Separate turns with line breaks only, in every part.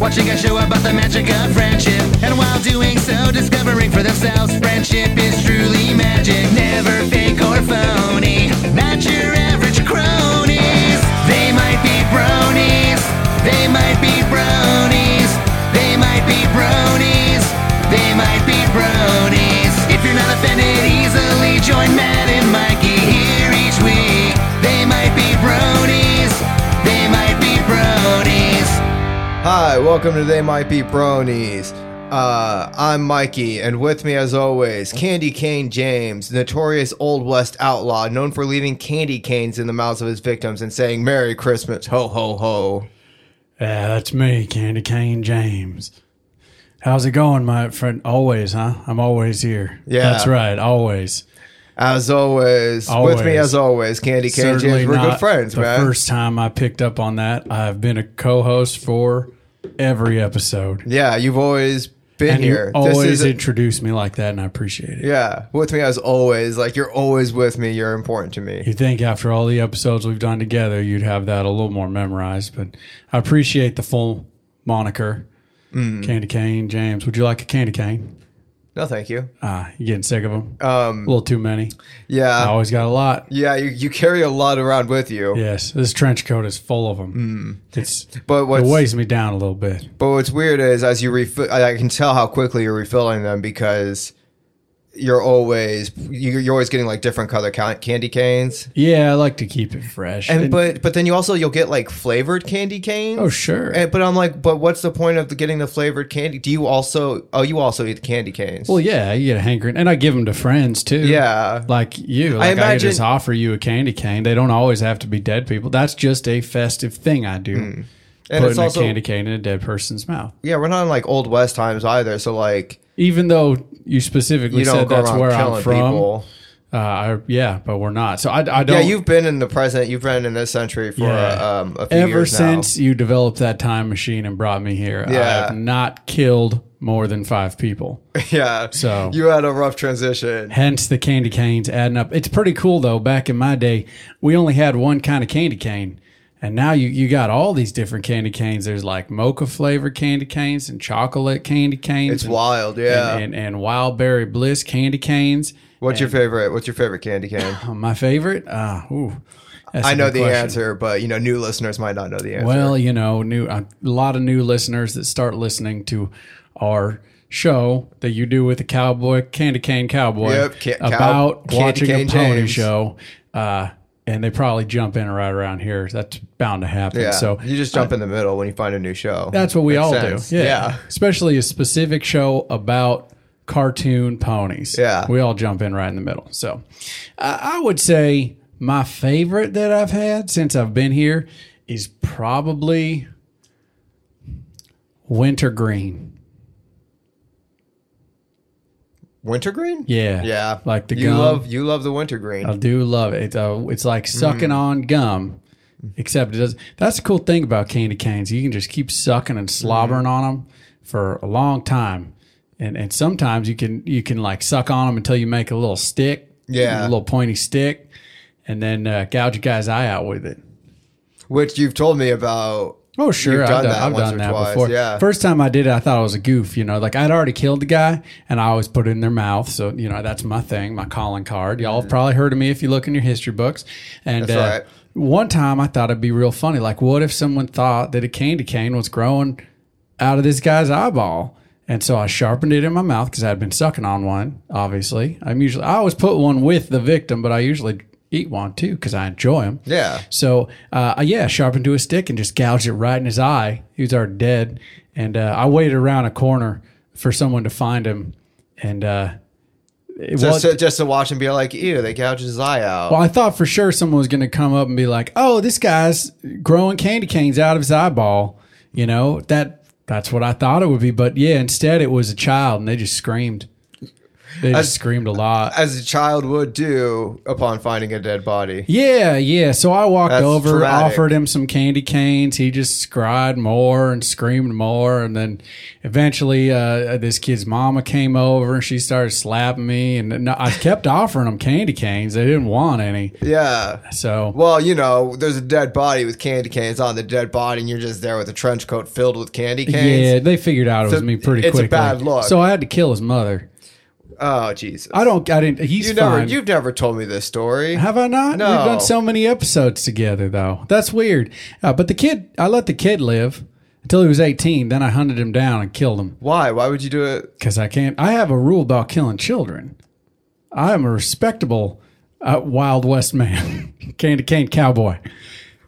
Watching a show about the magic of friendship. And while doing so, discovering for themselves friendship is truly magic. Never fake or phony. Not your average cronies. They might be bronies. They might be bronies. They might be bronies. They might be bronies. If you're not offended easily, join Matt and Mikey here each week. They might be bronies. They might be bronies.
Hi, welcome to They Might Be Bronies. Uh, I'm Mikey, and with me, as always, Candy Cane James, notorious Old West outlaw known for leaving candy canes in the mouths of his victims and saying "Merry Christmas, ho ho ho."
Yeah, that's me, Candy Cane James. How's it going, my friend? Always, huh? I'm always here.
Yeah.
That's right, always.
As always, with me,
Always.
as always, Candy Cane James. We're good friends,
the
man.
first time I picked up on that. I've been a co-host for every episode.
yeah, you've always been
And
here.
you always
is a-
introduce me like that, and I appreciate it.
yeah, with me as always. Like you're always with me. You're important to me.
You think after all the episodes we've done together, you'd have that a little more memorized, but I appreciate the full moniker.
Mm.
Candy Cane James. Would you like a candy cane?
No, thank you.
Ah, you getting sick of them? Um, a little too many. I
Yeah,
always got a lot.
Uh, yeah. You, you carry a lot around with you.
Yes, this trench coat is full of them. It's
Hmm. But
it
what's
weighs me down a little bit.
But what's weird is as you refill, I I can tell how quickly you're refilling them because you're always you- you're always getting like different color ca- candy canes.
Yeah, I like to keep it fresh.
And but but then you also you'll get like flavored candy canes.
oh sure.
And, but I'm like, but what's the point of the, getting the flavored candy? Do you also? Oh, you also eat candy canes.
well, yeah, you get a hankering, and I give them to friends too.
yeah.
like you. Like I, could
imagine-
just offer you a candy cane. They don't always have to be dead people. That's just a festive thing I do.
Hmm. And it's
Putting
also-
a candy cane in a dead person's mouth,
yeah, we're not in like old west times either. So like,
even though you
you
specifically
don't
said
go
that's
around
where
killing
I'm from.
people.
Uh, I, yeah, but we're not. So I, I
Yeah,
don't.
you've been in the present. You've been in this century for
Yeah.
uh um, a few
ever
years now.
since you developed that time machine and brought me here,
Yeah.
I have not killed more than five people.
yeah.
So-
you had a rough transition.
Hence the candy canes adding up. It's pretty cool though. Back in my day, we only had one kind of candy cane. And now you, you got all these different candy canes. There's like mocha flavored candy canes and chocolate candy canes.
It's
and-
wild, yeah.
And, and, and wild berry bliss candy canes.
What's your favorite? What's your favorite candy cane?
Uh, My favorite? Uh, ooh, That's a
I know
good
the
question.
answer, but you know, new listeners might not know the answer.
Well, you know, new uh, a lot of new listeners that start listening to our show that you do with the cowboy candy cane cowboy
Yep, ca- cow-
about
Candy
watching a
Cane
pony
James.
show, uh, and they probably jump in right around here. That's bound to happen.
yeah.
So uh,
you just jump in the middle when you find a new show.
that's what we
Makes
all
sense.
do. Yeah. especially a specific show about cartoon ponies.
Yeah.
we all jump in right in the middle. So I I would say my favorite that I've had since I've been here is probably wintergreen.
Wintergreen.
Yeah,
Yeah.
like the
you
gum.
love you love the wintergreen.
I do love it. It's, uh, it's like sucking on gum, except it does. That's the cool thing about candy canes. You can just keep sucking and slobbering on 'em on them for a long time, and and sometimes you can you can like suck on them until you make a little stick,
Yeah.
a little pointy stick, and then uh, gouge a guy's eye out with it.
which you've told me about.
Oh sure,
You've done
I've done,
that
I've
once
done
or
that
twice,
before.
yeah.
First time I did it, I thought it was a goof. You know, like I'd already killed the guy, and I always put it in their mouth. So you know, that's my thing, my calling card. Y'all have probably heard of me if you look in your history books. And
Mm. That's right.
uh, one time, I thought it'd be real funny. Like, what if someone thought that a candy cane was growing out of this guy's eyeball? And so I sharpened it in my mouth because I'd been sucking on one. Obviously, I'm usually I always put one with the victim, but I usually eat one too because I enjoy them.
Yeah.
So, uh, yeah, sharpened to a stick and just gouged it right in his eye. He was already dead. And uh, I waited around a corner for someone to find him. And uh, it
Just,
was.
to, just to watch and be like, ew, they gouged his eye out.
well, I thought for sure someone was going to come up and be like, "Oh, this guy's growing candy canes out of his eyeball." You know that that's what I thought it would be, but yeah, instead it was a child, and they just screamed. They
As-
just screamed a lot.
as a child would do upon finding a dead body.
Yeah, yeah. So I walked
That's
over,
traumatic.
offered him some candy canes. He just cried more and screamed more, and then eventually, uh, this kid's mama came over and she started slapping me. And no- I kept offering them candy canes. They didn't want any.
Yeah.
So
Well, you know, there's a dead body with candy canes on the dead body, and you're just there with a trench coat filled with candy
yeah,
canes.
they figured out it was
So
me pretty
it's a
quickly.
bad look.
So I had to kill his mother.
Oh, Jesus.
I don't. I didn't. He's
you never,
fine.
you've never told me this story.
Have I not?
No.
We've done so many episodes together, though. That's weird. Uh, but the kid, I let the kid live until he was 18. Then I hunted him down and killed him.
Why? Why would you do it?
because I can't. I have a rule about killing children. I am a respectable uh, Wild West man, candy cane cowboy.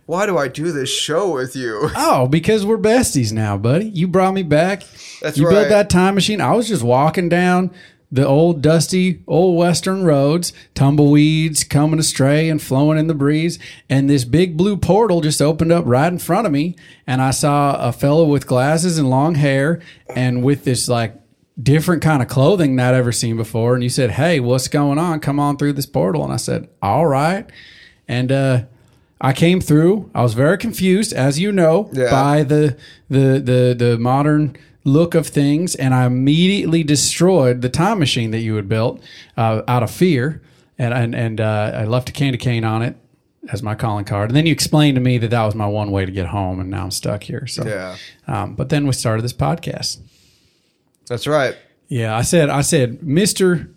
Why do I do this show with you?
Oh, because we're besties now, buddy. You brought me back.
That's
you
right.
built that time machine. I was just walking down the old dusty old western roads, tumbleweeds coming astray and flowing in the breeze, and this big blue portal just opened up right in front of me, and I saw a fellow with glasses and long hair and with this like different kind of clothing that I'd ever seen before, and you said, "Hey, what's going on? Come on through this portal." And I said, "All right." And uh I came through. I was very confused, as you know,
Yeah.
by the, the the the modern look of things, and I immediately destroyed the time machine that you had built uh, out of fear, and and, and uh, I left a candy cane on it as my calling card. And then you explained to me that that was my one way to get home, and now I'm stuck here. So,
Yeah.
Um, but then we started this podcast.
That's right.
Yeah, I said, I said, Mister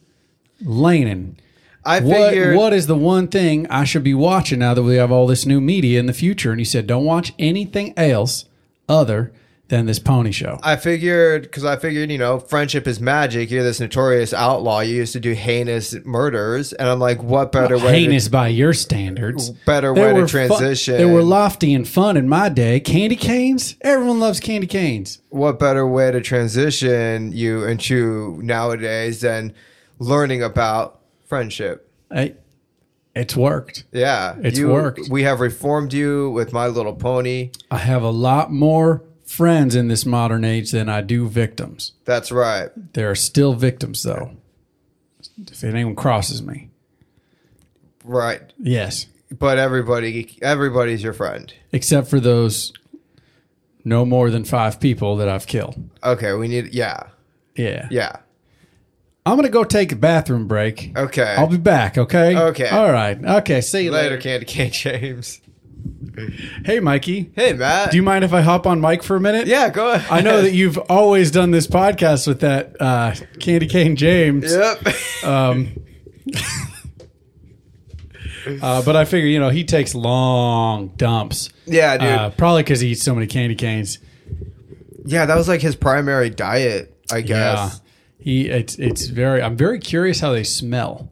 Lanin.
I
What
figured.
what is the one thing I should be watching now that we have all this new media in the future? And he said, don't watch anything else other than this pony show.
I figured because I figured you know friendship is magic. You're this notorious outlaw. You used to do heinous murders, and I'm like, what better way?
Heinous by your standards.
Better
They
way to
were fu-
transition.
they were lofty and fun in my day. Candy canes. Everyone loves candy canes.
To, what better way to transition you into nowadays than learning about friendship?
I, it's worked.
Yeah,
It's
you,
worked.
We have reformed you with My Little Pony.
I have a lot more friends in this modern age than I do victims.
That's right.
There are still victims though. If anyone crosses me,
Right.
yes.
But everybody, everybody's your friend.
except for those no more than five people that I've killed.
Okay, we need. Yeah,
Yeah.
yeah.
I'm going to go take a bathroom break.
Okay.
I'll be back, okay?
Okay.
All right. Okay. See you
Later,
later.
Candy Cane James.
Hey, Mikey.
Hey, Matt.
Do you mind if I hop on Mike for a minute?
yeah, go ahead.
I know that you've always done this podcast with that uh, Candy Cane James.
Yep.
Um, uh, but I figure, you know, he takes long dumps.
yeah, dude.
Uh, probably because he eats so many candy canes.
yeah, that was like his primary diet, I guess.
Yeah. He it's it's very I'm very curious how they smell.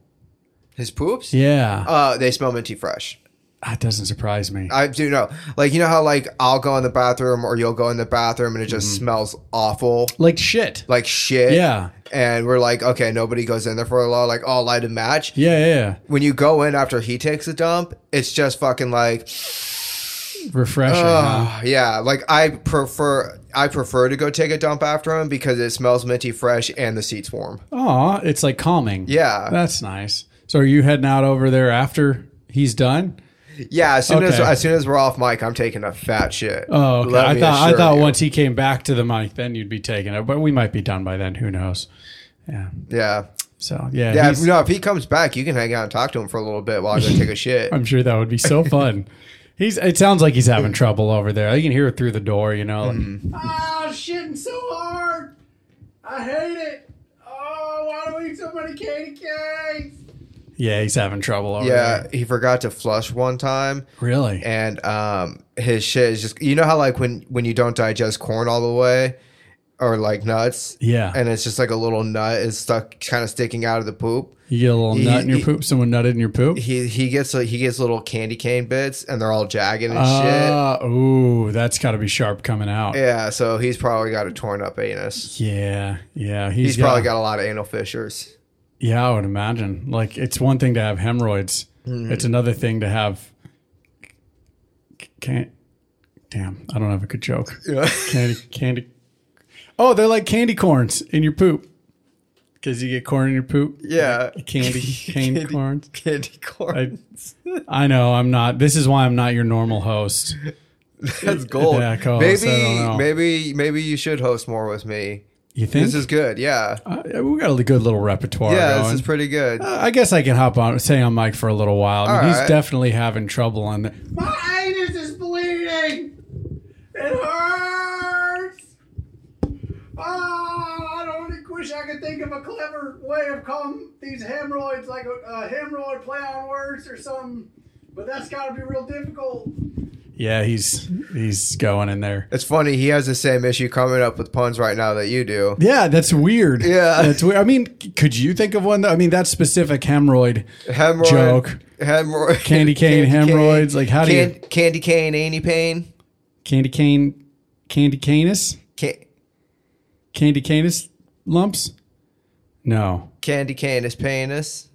His poops?
Yeah.
Uh, they smell minty fresh.
that doesn't surprise me.
I do know. Like, you know how, like, I'll go in the bathroom or you'll go in the bathroom and it just smells awful?
like shit.
Like shit.
Mm-hmm. yeah.
And we're like, okay, nobody goes in there for a while. Like, oh, light a match.
Yeah, yeah,
When you go in after he takes a dump, it's just fucking like,
yeah. Refreshing. huh?
Oh, yeah, like I prefer I prefer to go take a dump after him because it smells minty fresh and the seat's warm.
Aw, it's like calming.
Yeah.
That's nice. So are you heading out over there after he's done?
Yeah, as soon as
Okay.
as soon as we're off mic, I'm taking a fat shit.
Oh, okay.
Let
I
me
thought I
assure
thought
you.
once he came back to the mic, then you'd be taking it. But we might be done by then. Who knows? Yeah.
Yeah,
So yeah.
yeah.
he's-
no, if he comes back, you can hang out and talk to him for a little bit while I go take a shit.
I'm sure that would be so fun. He's. It sounds like he's having trouble over there. You can hear it through the door. You know. Like, Oh, shitting so hard. I hate it. Oh, why do we eat so many candy canes? Yeah, he's having trouble over
yeah,
there.
he forgot to flush one time,
Really?
and um, his shit is just you know how like when when you don't digest corn all the way, or like nuts,
yeah.
and it's just like a little nut is stuck kind of sticking out of the poop.
you get a little
he-
nut in your
he-
poop. Someone nutted in your poop.
he he gets he gets little candy cane bits and they're all jagged and
Ah, ooh, that's got to be sharp coming out.
shit. Yeah, so he's probably got a torn up anus.
Yeah, yeah.
He's probably got a lot of anal fissures.
Yeah, I would imagine. Like, it's one thing to have hemorrhoids.
Mm-hmm.
It's another thing to have. Can't. Damn, I don't have a good joke.
Yeah.
Candy, candy. Oh, they're like candy corns in your poop. because you get corn in your poop.
Yeah.
Candy cane
Candy-
corns.
Candy corns.
I know I'm not. This is why I'm not your normal host.
That's gold.
Yeah, Carlos, I don't
maybe,
know.
maybe, maybe you should host more with me.
You think
This is good. Yeah.
I- we got a good little repertoire?
yeah,
going.
this is pretty good.
I guess I can hop on, stay on mic for a little while. I mean,
All
he's
right.
definitely having trouble on the.
My anus is bleeding. It hurts. Oh, I don't wish I could think of a clever way of calling these hemorrhoids like a, a hemorrhoid play on words or something. But that's got to be real difficult.
Yeah, he's he's going in there.
It's funny. He has the same issue coming up with puns right now that you do.
Yeah, that's weird.
Yeah.
that's weird. I mean, c- could you think of one? That, I mean, that specific hemorrhoid.
Hemorrhoid.
Joke.
Hemorrhoid.
Candy cane, hemorrhoids, like, how do you-
Candy cane, any pain?
candy cane, candy canis,
Ca-
candy canis lumps. No,
candy cane is penis.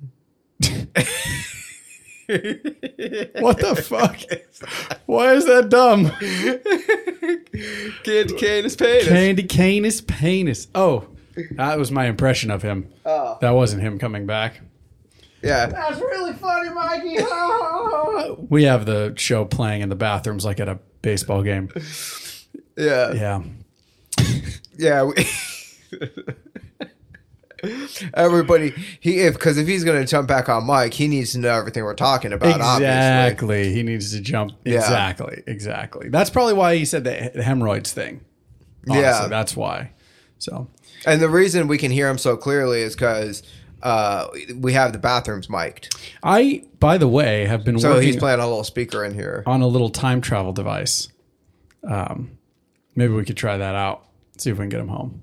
what the fuck? Why is that dumb?
Candy cane is penis.
Candy canis penis. Oh, that was my impression of him.
Oh.
That wasn't him coming back.
Yeah.
That's really funny, Mikey.
We have the show playing in the bathrooms like at a baseball game.
Yeah.
Yeah.
Yeah. we- Everybody, he if because if he's gonna jump back on Mike, he needs to know everything we're talking about. Obviously,
Exactly. He needs to jump. Exactly. Exactly. That's probably why he said the he- hemorrhoids thing. Honestly,
Yeah.
That's why. So,
and the reason we can hear him so clearly is because uh, we have the bathrooms mic'd,
I, by the way, have been
so he's
working
playing a little speaker in here.
on a little time travel device. Um, maybe we could try that out. See if we can get him home.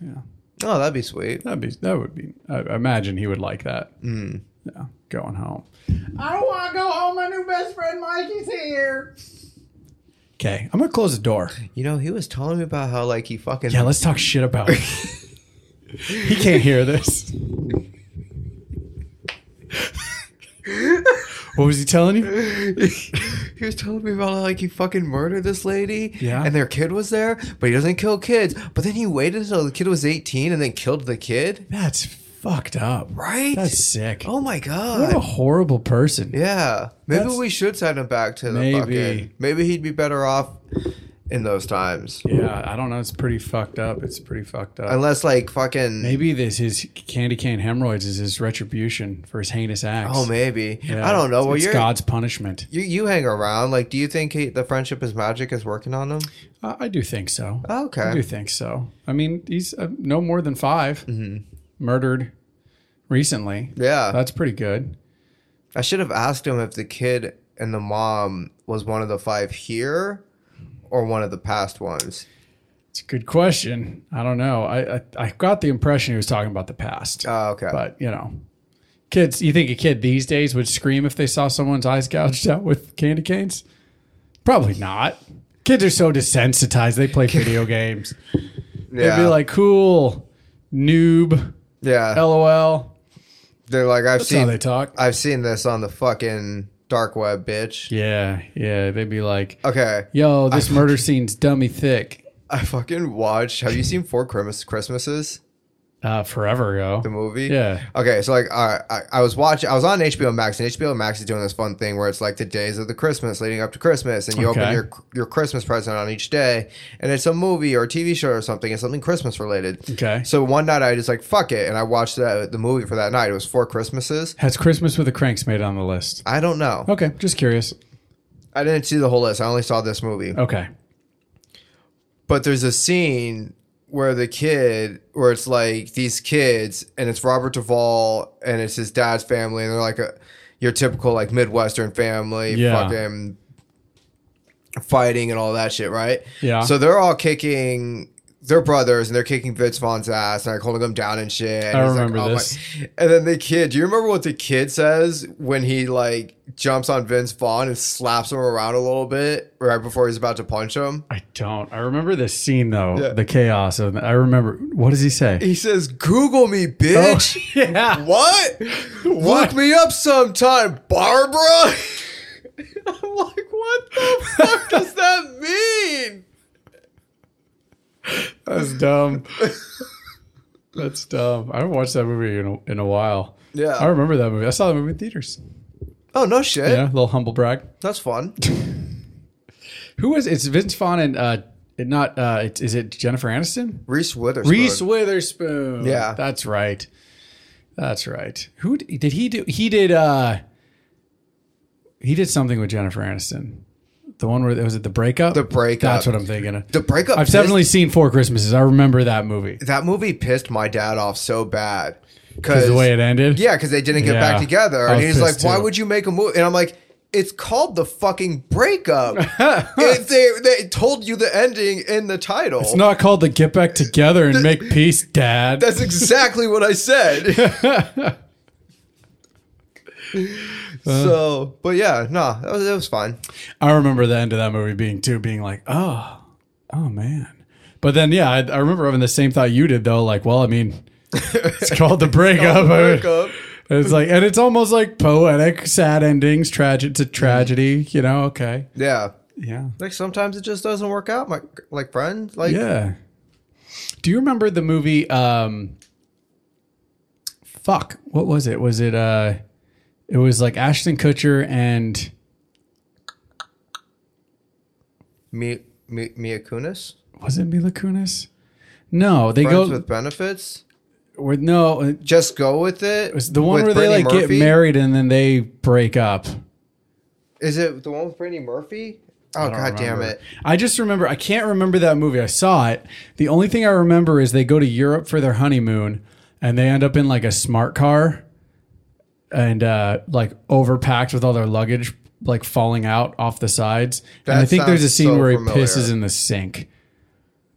Mm. Oh, that'd be sweet.
That'd be. That would be. I, I imagine he would like that.
Mm.
Yeah. Going home.
I don't want to go home. My new best friend Mikey's here.
Okay. I'm gonna close the door.
You know, he was telling me about how like he fucking
Yeah, let's talk shit about it. he can't hear this. what was he telling you?
he was telling me about how, like he fucking murdered this lady.
Yeah.
and their kid was there, but he doesn't kill kids. But then he waited until the kid was eighteen and then killed the kid.
That's fucked up.
Right?
That's sick.
Oh my god!
what a horrible person.
Yeah, maybe
That's-
we should send him back to the
Maybe.
fucking. Maybe he'd be better off in those times,
Yeah, I don't know. It's pretty fucked up. It's pretty fucked up.
unless like fucking.
Maybe this his candy cane hemorrhoids is his retribution for his heinous acts.
Oh, maybe.
Yeah,
I don't know.
it's-
Well,
it's
you're,
God's punishment.
you you hang around. Like, do you think he, the friendship is magic is working on him?
I, I do think so.
Okay.
I do think so. I mean, he's uh, no more than 5 murdered recently.
Mm-hmm. Yeah,
That's pretty good.
I should have asked him if the kid and the mom was one of the five here or one of the past ones.
It's a good question. I don't know. I I, I got the impression he was talking about the past,
Oh, okay.
but you know, kids. You think a kid these days would scream if they saw someone's eyes gouged out with candy canes? Probably not. Kids are so desensitized. They play video games.
yeah, Uh.
They'd be like, "Cool, noob."
yeah.
LOL.
They're like, I've
That's how
seen,
they talk.
I've seen this on the fucking dark web, bitch.
Yeah, yeah. They'd be like,
Okay,
"Yo, this murder scene's dummy thick."
I fucking watched. Have you seen Four Christmas Christmases?
Uh, forever ago.
The movie.
Yeah.
Okay, so like, I I, I was watching. I was on HBO Max, and HBO Max is doing this fun thing where it's like the days of the Christmas leading up to Christmas, and you
Okay.
open your your Christmas present on each day, and it's a movie or a TV show or something. It's something Christmas related.
Okay.
So one night I just like fuck it, and I watched that the movie for that night. It was Four Christmases.
Has Christmas with the Cranks made it on the list?
I don't know.
Okay, just curious.
I didn't see the whole list. I only saw this movie.
Okay.
But there's a scene where the kid, where it's like these kids, and it's Robert Duvall, and it's his dad's family, and they're like a your typical like Midwestern family,
Yeah.
fucking fighting and all that shit, right?
Yeah.
So they're all kicking. They're brothers, and they're kicking Vince Vaughn's ass, and like holding him down and shit. And
I
he's like,
remember
"Oh my-"
this.
And then the kid, do you remember what the kid says when he like jumps on Vince Vaughn and slaps him around a little bit right before he's about to punch him?
I don't. I remember this scene though,
Yeah.
the chaos of. I remember. What does he say? Oh,
He says, Google me, bitch.
yeah.
What? Look me up sometime, Barbara. I'm like, what the fuck does that mean?
That's dumb. That's dumb. I haven't watched that movie in a, in a while.
Yeah.
I remember that movie. I saw that movie in theaters.
Oh no shit.
Yeah, a little humble brag.
That's fun.
Who is it's Vince Vaughn and uh and not uh it's, is it Jennifer Aniston?
Reese Witherspoon.
Reese Witherspoon.
Yeah.
That's right. That's right. Who d- did he do? He did uh he did something with Jennifer Aniston. The one where was it the breakup?
The Breakup.
That's what I'm thinking of.
The breakup.
I've
pissed-
definitely seen Four Christmases. I remember that movie.
that movie pissed my dad off so bad
Because the way it ended.
Yeah, because they didn't get
Yeah.
back together.
I
And
was
he's like,
pissed
why
too.
would you make a movie? And I'm like, it's called the fucking breakup. It- they, they told you the ending in the title.
It's not called the Get Back Together and Make Peace, Dad.
That's exactly what I said. so, but yeah, no, that was, that was fine.
I remember the end of that movie being too, being like, oh, oh man. But then, yeah, I, I remember having the same thought you did though. Like, well, I mean, it's called the breakup.
Breakup.
It's like, and it's almost like poetic, sad endings, tragic. It's a tragedy, you know? Okay,
Yeah.
yeah,
Like sometimes it just doesn't work out, my, like friends. Like,
yeah. Do you remember the movie? um Fuck, what was it? Was it? uh It was like Ashton Kutcher and
Mi, Mi, Mia Kunis,
was it Mila Kunis? No, they
friends
go
with benefits.
with no. It
Just go with it.
was the one
with
where they
Brittany
like
Murphy?
get married and then they break up.
Is it the one with Brittany Murphy? Oh
I
god
don't
damn
remember.
it!
I just remember I can't remember that movie. I saw it. The only thing I remember is they go to Europe for their honeymoon and they end up in like a smart car and uh like overpacked with all their luggage like falling out off the sides. and I
That
think there's a
sounds
scene
so
where he
familiar.
pisses in the sink.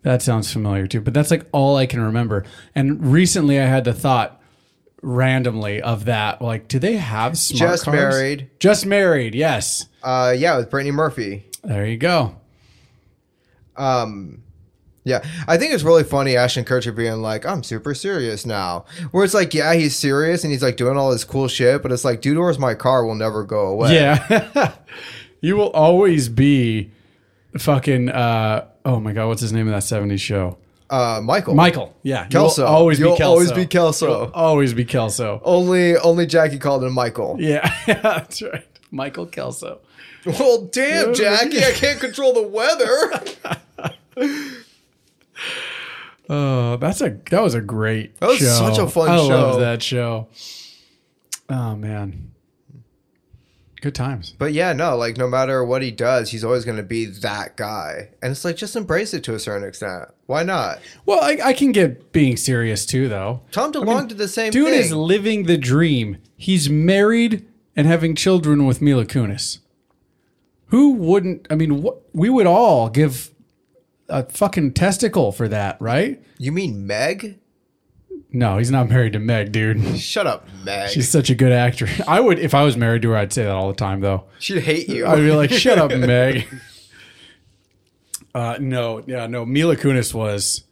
That sounds familiar too, but that's like all I can remember. And recently I had the thought randomly of that like do they have smart
Just
cars?
Married.
Just married. Yes.
Uh, yeah, with Brittany Murphy.
There you go.
Um, yeah, I think it's really funny Ashton Kutcher being like, "I'm super serious now," where it's like, yeah, he's serious and he's like doing all this cool shit, but it's like, "Dude, where's my car? Will never go away."
Yeah. you will always be fucking uh oh my god, what's his name in that 70s show?
Uh, Michael.
Michael. Yeah. you will
Kelso.
always
You'll
be Kelso.
always be Kelso.
You'll always be Kelso.
Only, only Jackie called him Michael.
Yeah. That's right. Michael Kelso.
Well, damn, Jackie, I can't control the weather.
Oh, that's a that was a great
That was
show.
such a fun
I
show.
love that show. Oh man. Good times.
But yeah, no, like no matter what he does, he's always going to be that guy, and it's like just embrace it to a certain extent. Why not?
Well, I, I can get being serious too though.
Tom DeLonge did the same
Dude
thing.
is living the dream. He's married and having children with Mila Kunis. Who wouldn't? I mean, wh- we would all give a fucking testicle for that, right?
you mean Meg?
No, he's not married to Meg, dude.
Shut up, Meg.
She's such a good actor. I would, if I was married to her, I'd say that all the time, though.
She'd hate you.
I'd be like, "Shut up, Meg." Uh, no, yeah, no. Mila Kunis was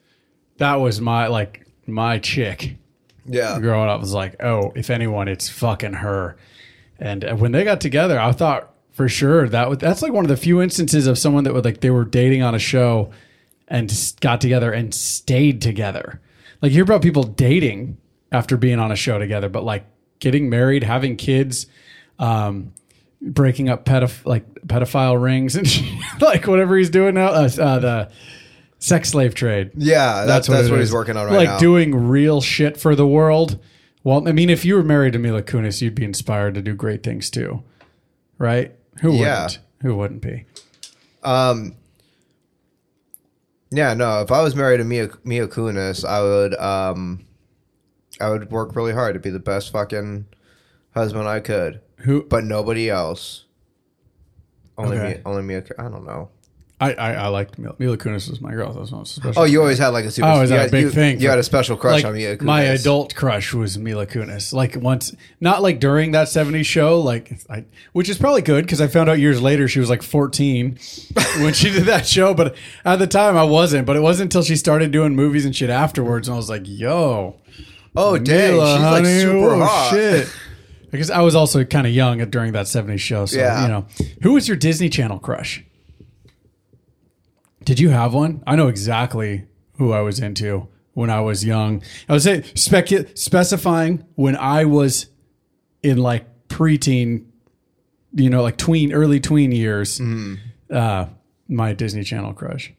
that was my like my chick.
yeah.
growing up was like, oh, if anyone, it's fucking her. And uh, when they got together, I thought for sure that would, that's like one of the few instances of someone that would like they were dating on a show and s- got together and stayed together. Like you hear about people dating after being on a show together, but like getting married, having kids, um, breaking up pedoph- like pedophile rings and like whatever he's doing now, uh, uh, the sex slave trade
Yeah, that's, that's,
it
what he's
is.
working on right
like
now.
doing real shit for the world. Well, I mean, if you were married to Mila Kunis, you'd be inspired to do great things too, right? Who
Yeah.
wouldn't? Who wouldn't be?
yeah, no. If I was married to Mia, Mia Kunis, I would um, I would work really hard to be the best fucking husband I could,
Who?
but nobody else. Only
Okay.
Mia, only Mia. Ku- I don't know.
I I, I liked Mila, Mila Kunis was my girl. That's not special.
Oh, you always had like a super.
I always
you
had a
had-
big
you-
thing
You
for-
had a special crush
like
on Mia Kunis.
my adult crush was Mila Kunis. Like once, not like during that '70s show, like I, which is probably good because I found out years later she was like 14 when she did that show. But at the time, I wasn't. But it wasn't until she started doing movies and shit afterwards, and I was like, "Yo,
Oh, dang,
Mila,
she's like
honey,
super
oh,
hot.
Shit. Because I was also kind of young during that '70s show, so
Yeah.
you know, who was your Disney Channel crush? Did you have one? I know exactly who I was into when I was young. I was say specu- specifying when I was in like preteen, you know, like tween, early tween years.
Mm-hmm.
Uh, my Disney Channel crush.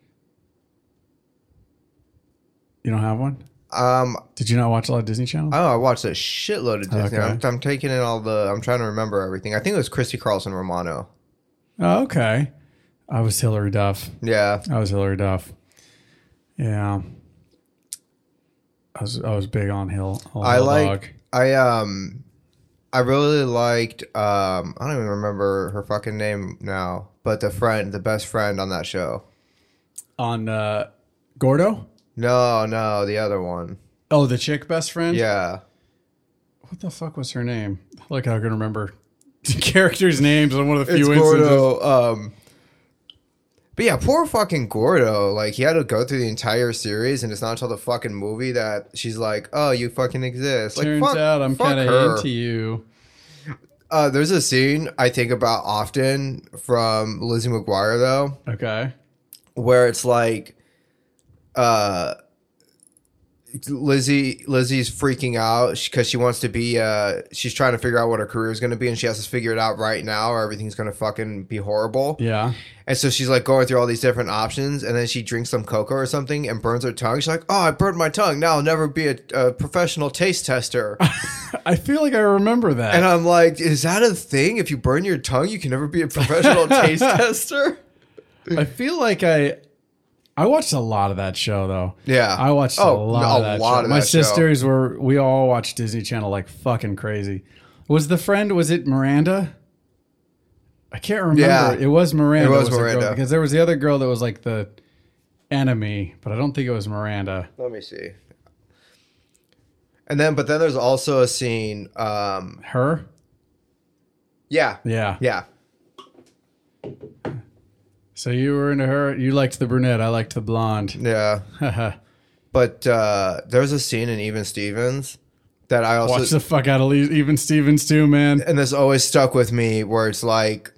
You don't have one?
Um,
Did you not watch a lot of Disney Channel?
oh, I watched a shitload of Disney.
Okay.
I'm, I'm taking in all the. I'm trying to remember everything. I think it was Christy Carlson Romano.
Oh, okay. I was Hillary Duff.
Yeah,
I was Hillary Duff. Yeah. I was I was big on Hill. on
I
Hill
like. I um, I really liked. Um, I don't even remember her fucking name now, but the friend, the best friend on that show.
on uh, Gordo.
No, no, the other one.
Oh, the chick best friend.
Yeah,
What the fuck was her name? Look, I can remember characters' names on one of the
it's
few instances.
Gordo. Um, but yeah, poor fucking Gordo. Like he had to go through the entire series, and it's not until the fucking movie that she's like, "Oh, you fucking exist." Like,
Turns
fuck,
out I'm
fuck
kind
her.
of into you.
Uh, there's a scene I think about often from Lizzie McGuire though,
Okay.
where it's like uh Lizzie Lizzie's freaking out because she wants to be uh she's trying to figure out what her career is going to be and she has to figure it out right now or everything's going to fucking be horrible.
Yeah.
And so she's like going through all these different options and then she drinks some cocoa or something and burns her tongue. She's like, "Oh, I burned my tongue. Now I'll never be a, a professional taste tester."
I feel like I remember that.
and I'm like, "Is that a thing? If you burn your tongue, you can never be a professional taste tester?"
I feel like I I watched a lot of that show though.
Yeah.
I watched
Oh,
a lot
a
of that
lot
show.
of
My
that show.
sisters were we all watched Disney Channel like fucking crazy. Was the friend was it Miranda? I can't remember.
Yeah.
It was Miranda.
It was
the girl,
Miranda.
because there was the other girl that was like the enemy, but I don't think it was Miranda.
Let me see. And then, but then there's also a scene. Um,
Her?
yeah,
Yeah.
yeah.
So you were into her. You liked the brunette. I liked the blonde.
Yeah. But uh, there's a scene in Even Stevens that I also
Watch the fuck out of Lee, even Stevens too, man.
and this always stuck with me where it's like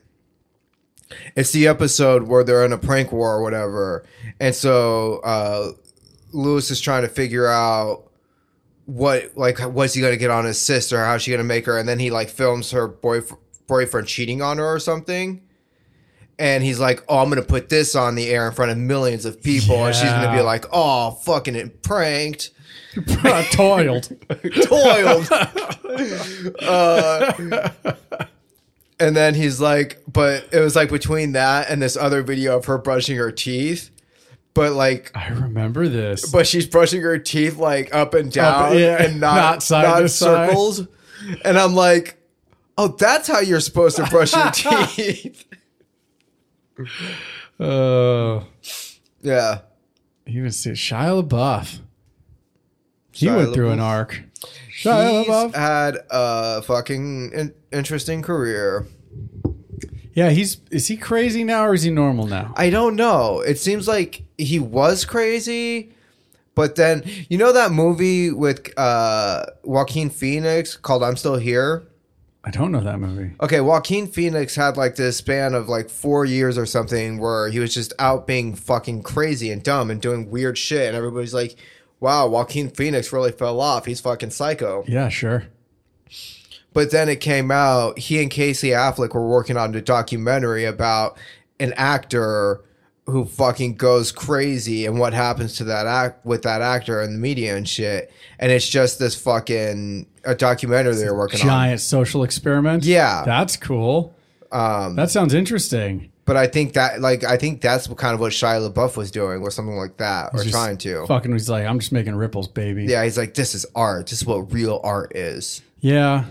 it's the episode where they're in a prank war or whatever and so uh lewis is trying to figure out what like what's he gonna get on his sister how's she gonna make her and then he like films her boyf- boyfriend cheating on her or something and he's like, "Oh, I'm gonna put this on the air in front of millions of people," and she's gonna be
Yeah.
like, "Oh, fucking it pranked."
Toiled.
toiled. Uh, and then he's like, but it was like between that and this other video of her brushing her teeth, but like.
I remember this.
But she's brushing her teeth like up and down
yeah,
and not,
not side
not
to side.
circles. And I'm like, oh, that's how you're supposed to brush your teeth.
Oh,
Yeah.
he was Shia LaBeouf. He
Shia
went through an
LaBeouf.
arc. Shia
He's
LaBeouf.
had a fucking in- interesting career.
yeah, he's is he crazy now or is he normal now?
I don't know. It seems like he was crazy, but then you know that movie with uh, Joaquin Phoenix called "I'm Still Here."
I don't know that movie.
Okay, Joaquin Phoenix had like this span of like four years or something where he was just out being fucking crazy and dumb and doing weird shit, and everybody's like, "Wow, Joaquin Phoenix really fell off. He's fucking psycho."
Yeah, sure.
But then it came out he and Casey Affleck were working on a documentary about an actor who fucking goes crazy and what happens to that act with that actor and the media and shit. And it's just this fucking a documentary they're working on.
Giant social experiment.
Yeah.
that's cool.
Um,
That sounds interesting.
but I think that like I think that's what kind of what Shia LaBeouf was doing or something like that or
Just
trying to.
Fucking, he's like, I'm just making ripples, baby.
Yeah, he's like, this is art. This is what real art is.
Yeah.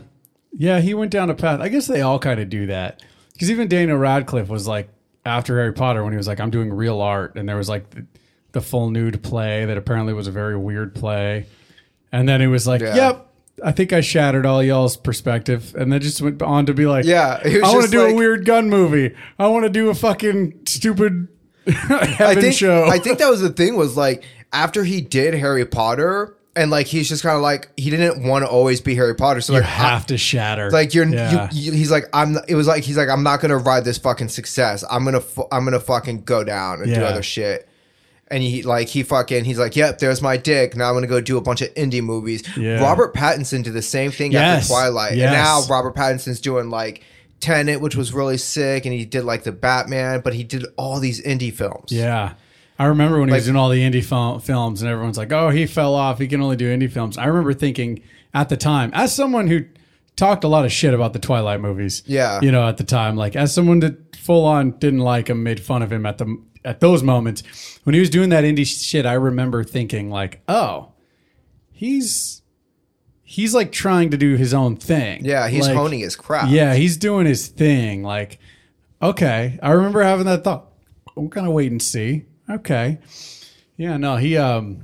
Yeah, he went down a path. I guess they all kind of do that. Because even Daniel Radcliffe was like, after Harry Potter, when he was like, I'm doing real art. And there was like the, the full nude play that apparently was a very weird play. And then he was like,
Yeah.
yep, I think I shattered all y'all's perspective. And then just went on to be like,
Yeah, he was
I want to
just
do
like-
a weird gun movie. I want to do a fucking stupid heaven
I think,
show.
I think that was the thing was like after he did Harry Potter and like he's just kind of like he didn't want to always be Harry Potter. So
you
like
have
I-
to shatter.
like you're
Yeah.
you, you, he's like I'm it was like he's like I'm not going to ride this fucking success. I'm going to I'm going to fucking go down and do
Yeah.
other shit. And he like he fucking he's like, yep, there's my dick. Now I'm gonna go do a bunch of indie movies.
Yeah.
Robert Pattinson did the same thing
Yes.
after Twilight, and
Yes.
now Robert Pattinson's doing like Tenet, which was really sick, and he did like the Batman, but he did all these indie films.
Yeah. I remember when he was
Like-
doing all the indie fil- films and everyone's like, oh, he fell off. He can only do indie films. I remember thinking at the time, as someone who talked a lot of shit about the Twilight movies.
Yeah.
You know, at the time, like as someone that full on didn't like him, made fun of him at the at those moments when he was doing that indie shit, I remember thinking like, oh, he's he's like trying to do his own thing.
yeah, he's
Like-
honing his craft.
yeah, he's doing his thing. Like, okay, I remember having that thought. I'm gonna wait and see. Okay, yeah, no, he um,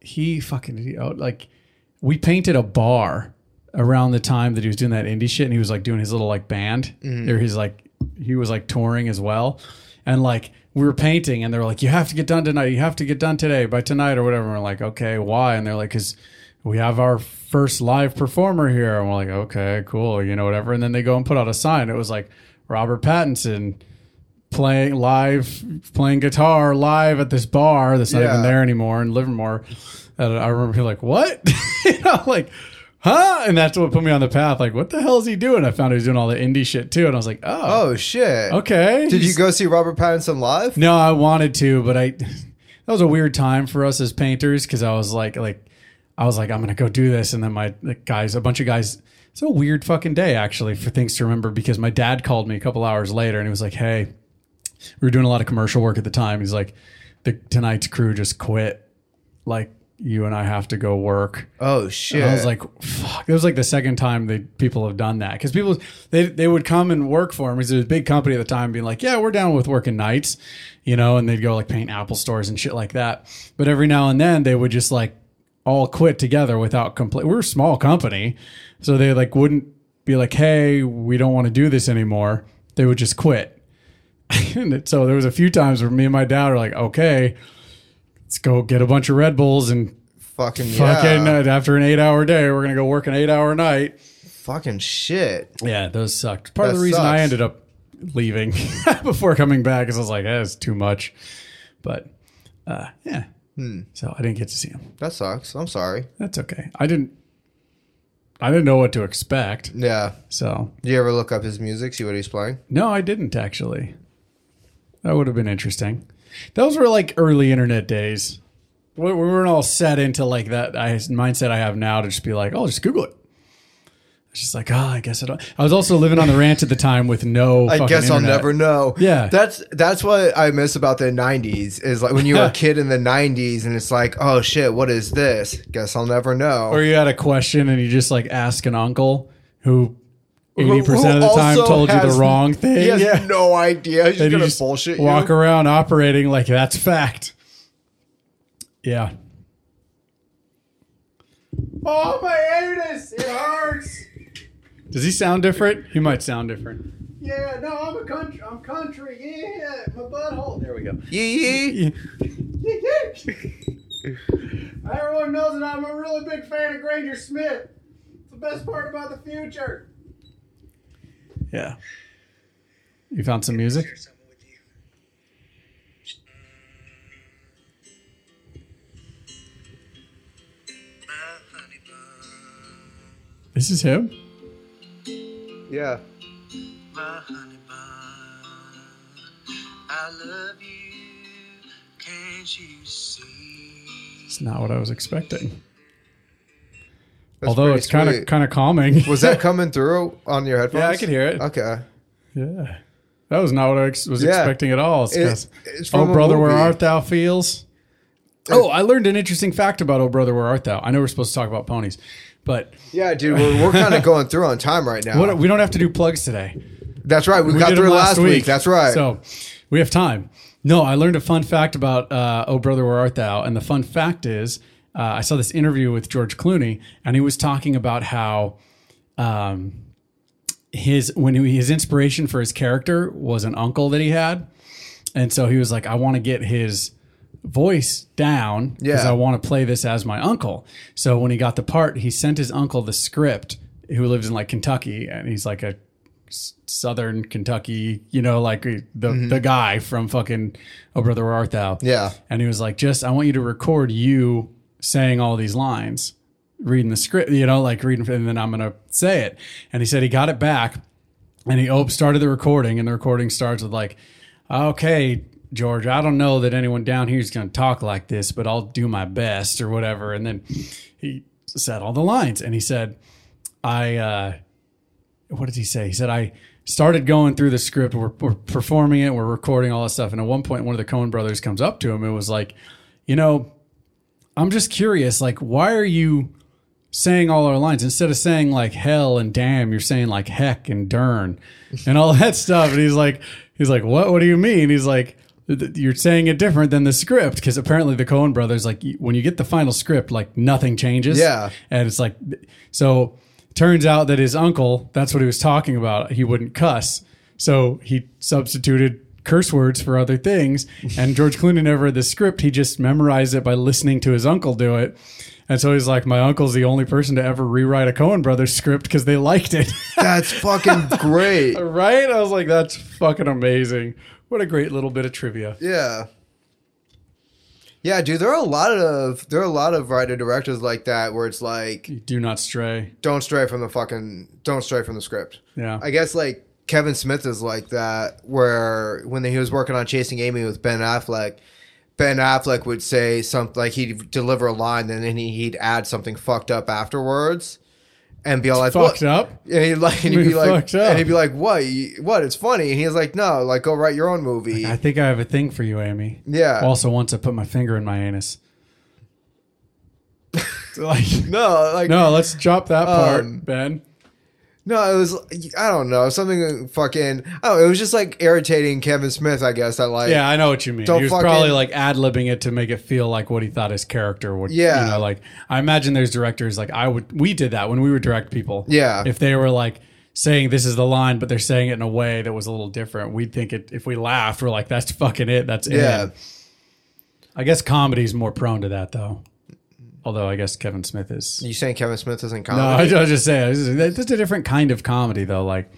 he fucking he, oh, like we painted a bar around the time that he was doing that indie shit, and he was like doing his little like band, or he's like he was like touring as well, and like we were painting, and they were like, you have to get done tonight, you have to get done today by tonight or whatever. And we're like, okay, why? And they're like, because we have our first live performer here, and we're like, okay, cool, you know, whatever. And then they go and put out a sign. It was like Robert Pattinson playing live, playing guitar live at this bar that's not
Yeah.
even there anymore in Livermore. And I remember being like, what? you know, like, huh? And that's what put me on the path. Like, what the hell is he doing? I found he was doing all the indie shit too. And I was like, oh,
Oh shit.
okay.
Did you
He's-
go see Robert Pattinson live?
No, I wanted to, but I, that was a weird time for us as painters. Cause I was like, like, I was like, I'm going to go do this. And then my the guys, a bunch of guys, it's a weird fucking day actually for things to remember because my dad called me a couple hours later and he was like, Hey, we were doing a lot of commercial work at the time. He's like, the tonight's crew just quit. Like you and I have to go work.
Oh shit.
I was like, fuck. It was like the second time they people have done that because people they they would come and work for him because it was a big company at the time, being like, yeah, we're down with working nights, you know, and they'd go like paint Apple stores and shit like that. But every now and then they would just like all quit together without complete. We're a small company, so they like wouldn't be like, hey, we don't want to do this anymore. They would just quit. And it- so there was a few times where me and my dad were like, okay, let's go get a bunch of Red Bulls and
fucking
fucking
yeah.
uh, after an eight hour day, we're gonna go work an eight hour night.
Fucking shit.
Yeah, those sucked. Part of
That
the reason I
sucks.
ended up leaving before coming back is I was like, that's too much. But uh, yeah,
Hmm.
so I didn't get to see him.
That sucks. I'm sorry.
That's okay. I didn't. I didn't know what to expect.
Yeah.
So
Did you ever look up his music, see what he's playing?
no, I didn't actually. That would have been interesting. Those were like early internet days. We we weren't all set into like that I, mindset I have now to just be like, oh, just Google it. It's just like, oh, I guess I don't. I was also living on the ranch at the time with no.
I
fucking
guess I'll
internet.
never know.
Yeah.
That's that's what I miss about the 90s is like when you were a kid in the 90s and it's like, "Oh shit, what is this?" Guess I'll never know.
Or you had a question and you just like ask an uncle who
Who-
eighty percent of
who
the time
also
told you the
has-
wrong thing.
He has
yeah.
no idea. He's just
And you
going to
just
bullshit
walk
you.
around operating like that's fact. Yeah.
Oh my anus, it hurts.
Does he sound different? He might sound different.
yeah, no, I'm a country. I'm country. Yeah, my butthole.
There we go.
Yee.
Yeah.
Everyone knows that I'm a really big fan of Granger Smith. It's the best part about the future.
Yeah. You found some music?
share something with you. My honey bun,
This is him?
Yeah.
my honey bun, I love you. Can't you see?
It's not what I was expecting.
That's
Although
pretty
it's kind of
sweet.
kind of calming.
Was that coming through on your headphones?
Yeah, I could hear it.
Okay.
Yeah. That was not what I ex- was
Yeah.
expecting at all. It's
It-
'cause,
it's from
oh,
a
brother, where
movie.
art thou feels. Oh, I learned an interesting fact about Oh, brother, where art thou. I know we're supposed to talk about ponies, but
Yeah, dude, we're, we're kind of going through on time right now.
what, we don't have to do plugs today.
That's right. We, got
did 'em
through last week. That's right.
So we have time. No, I learned a fun fact about uh, Oh Brother Where Art Thou, and the fun fact is uh, I saw this interview with George Clooney, and he was talking about how um, his when he, his inspiration for his character was an uncle that he had, and so he was like, I want to get his voice down because
Yeah.
I want to play this as my uncle. So when he got the part, he sent his uncle the script, who lives in like Kentucky, and he's like a s- Southern Kentucky, you know, like uh, the the guy from fucking Oh Brother Where Art Thou.
Yeah.
and he was like, just I want you to record you saying all these lines, reading the script, you know, like reading, and then I'm gonna say it. And he said he got it back, and he op- started the recording, and the recording starts with like, okay. George, I don't know that anyone down here is going to talk like this, but I'll do my best or whatever. And then he said all the lines and he said, I, uh, what did he say? He said, I started going through the script. We're, we're performing it. We're recording all this stuff. And at one point, one of the Cohen brothers comes up to him and was like, you know, I'm just curious, like, why are you saying all our lines instead of saying like hell and damn, you're saying like heck and dern and all that stuff. And he's like, he's like, what, what do you mean? He's like, "Th- you're saying it different than the script. Cause apparently the Cohen brothers, like y- when you get the final script, like nothing changes.
Yeah.
And it's like, so turns out that his uncle, that's what he was talking about. He wouldn't cuss. So he substituted curse words for other things. And George Clooney never read the script. He just memorized it by listening to his uncle do it. And so he's like, my uncle's the only person to ever rewrite a Cohen Brothers script because they liked it.
That's fucking great.
right? I was like, that's fucking amazing. What a great little bit of trivia.
Yeah. Yeah, dude, there are a lot of there are a lot of writer directors like that where it's like
Do not stray.
don't stray from the fucking don't stray from the script.
Yeah.
I guess like Kevin Smith is like that where when he was working on Chasing Amy with Ben Affleck, Ben Affleck would say something like he'd deliver a line and then he'd add something fucked up afterwards and be all like
Fucked
"What?"
up.
And he'd like, and he'd be like,
Fucked up.
and he'd be like, what? You- What? It's funny. And he's like, no, like go write your own movie.
I think I have a thing for you, Amy.
Yeah.
Also, once I put my finger in my anus. like,
no, like
no, let's drop that part,
Um,
Ben.
No, it was I don't know something fucking. Oh, it was just like irritating Kevin Smith, I guess. I like.
Yeah, I know what you mean. He
Don't
was
fucking-
probably like ad libbing it to make it feel like what he thought his character would.
Yeah.
you know, like I imagine there's directors like I would. We did that when we would direct people.
Yeah.
if they were like saying this is the line, but they're saying it in a way that was a little different, we'd think it. If we laughed, we're like, that's fucking it. That's
Yeah.
it. I guess comedy's more prone to that though. Although I guess Kevin Smith is.
You saying Kevin Smith isn't
No, I,
comedy?
I was just saying this is, this is a different kind of comedy though. Like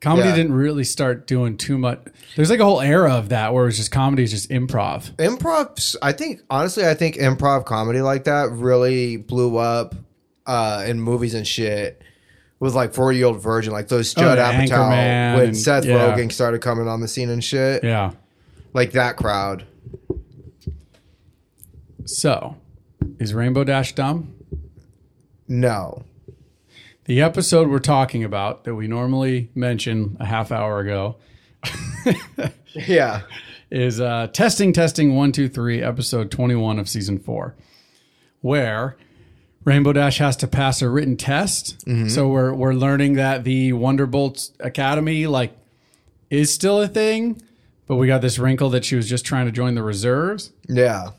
comedy
Yeah.
didn't really start doing too much. There's like a whole era of that where it's just comedy is just improv.
improv. I think honestly, I think improv comedy like that really blew up uh, in movies and shit. With like forty year old virgin, like those Judd
Oh, yeah,
Apatow
Anchorman
when
and-
Seth
yeah.
Rogen started coming on the scene and shit,
Yeah.
like that crowd.
So, is Rainbow Dash dumb?
No,
The episode we're talking about that we normally mention a half hour ago
yeah,
is uh, testing testing one two three episode twenty one of season four, where Rainbow Dash has to pass a written test. So we're we're learning that the Wonderbolt Academy like is still a thing, but we got this wrinkle that she was just trying to join the reserves.
yeah,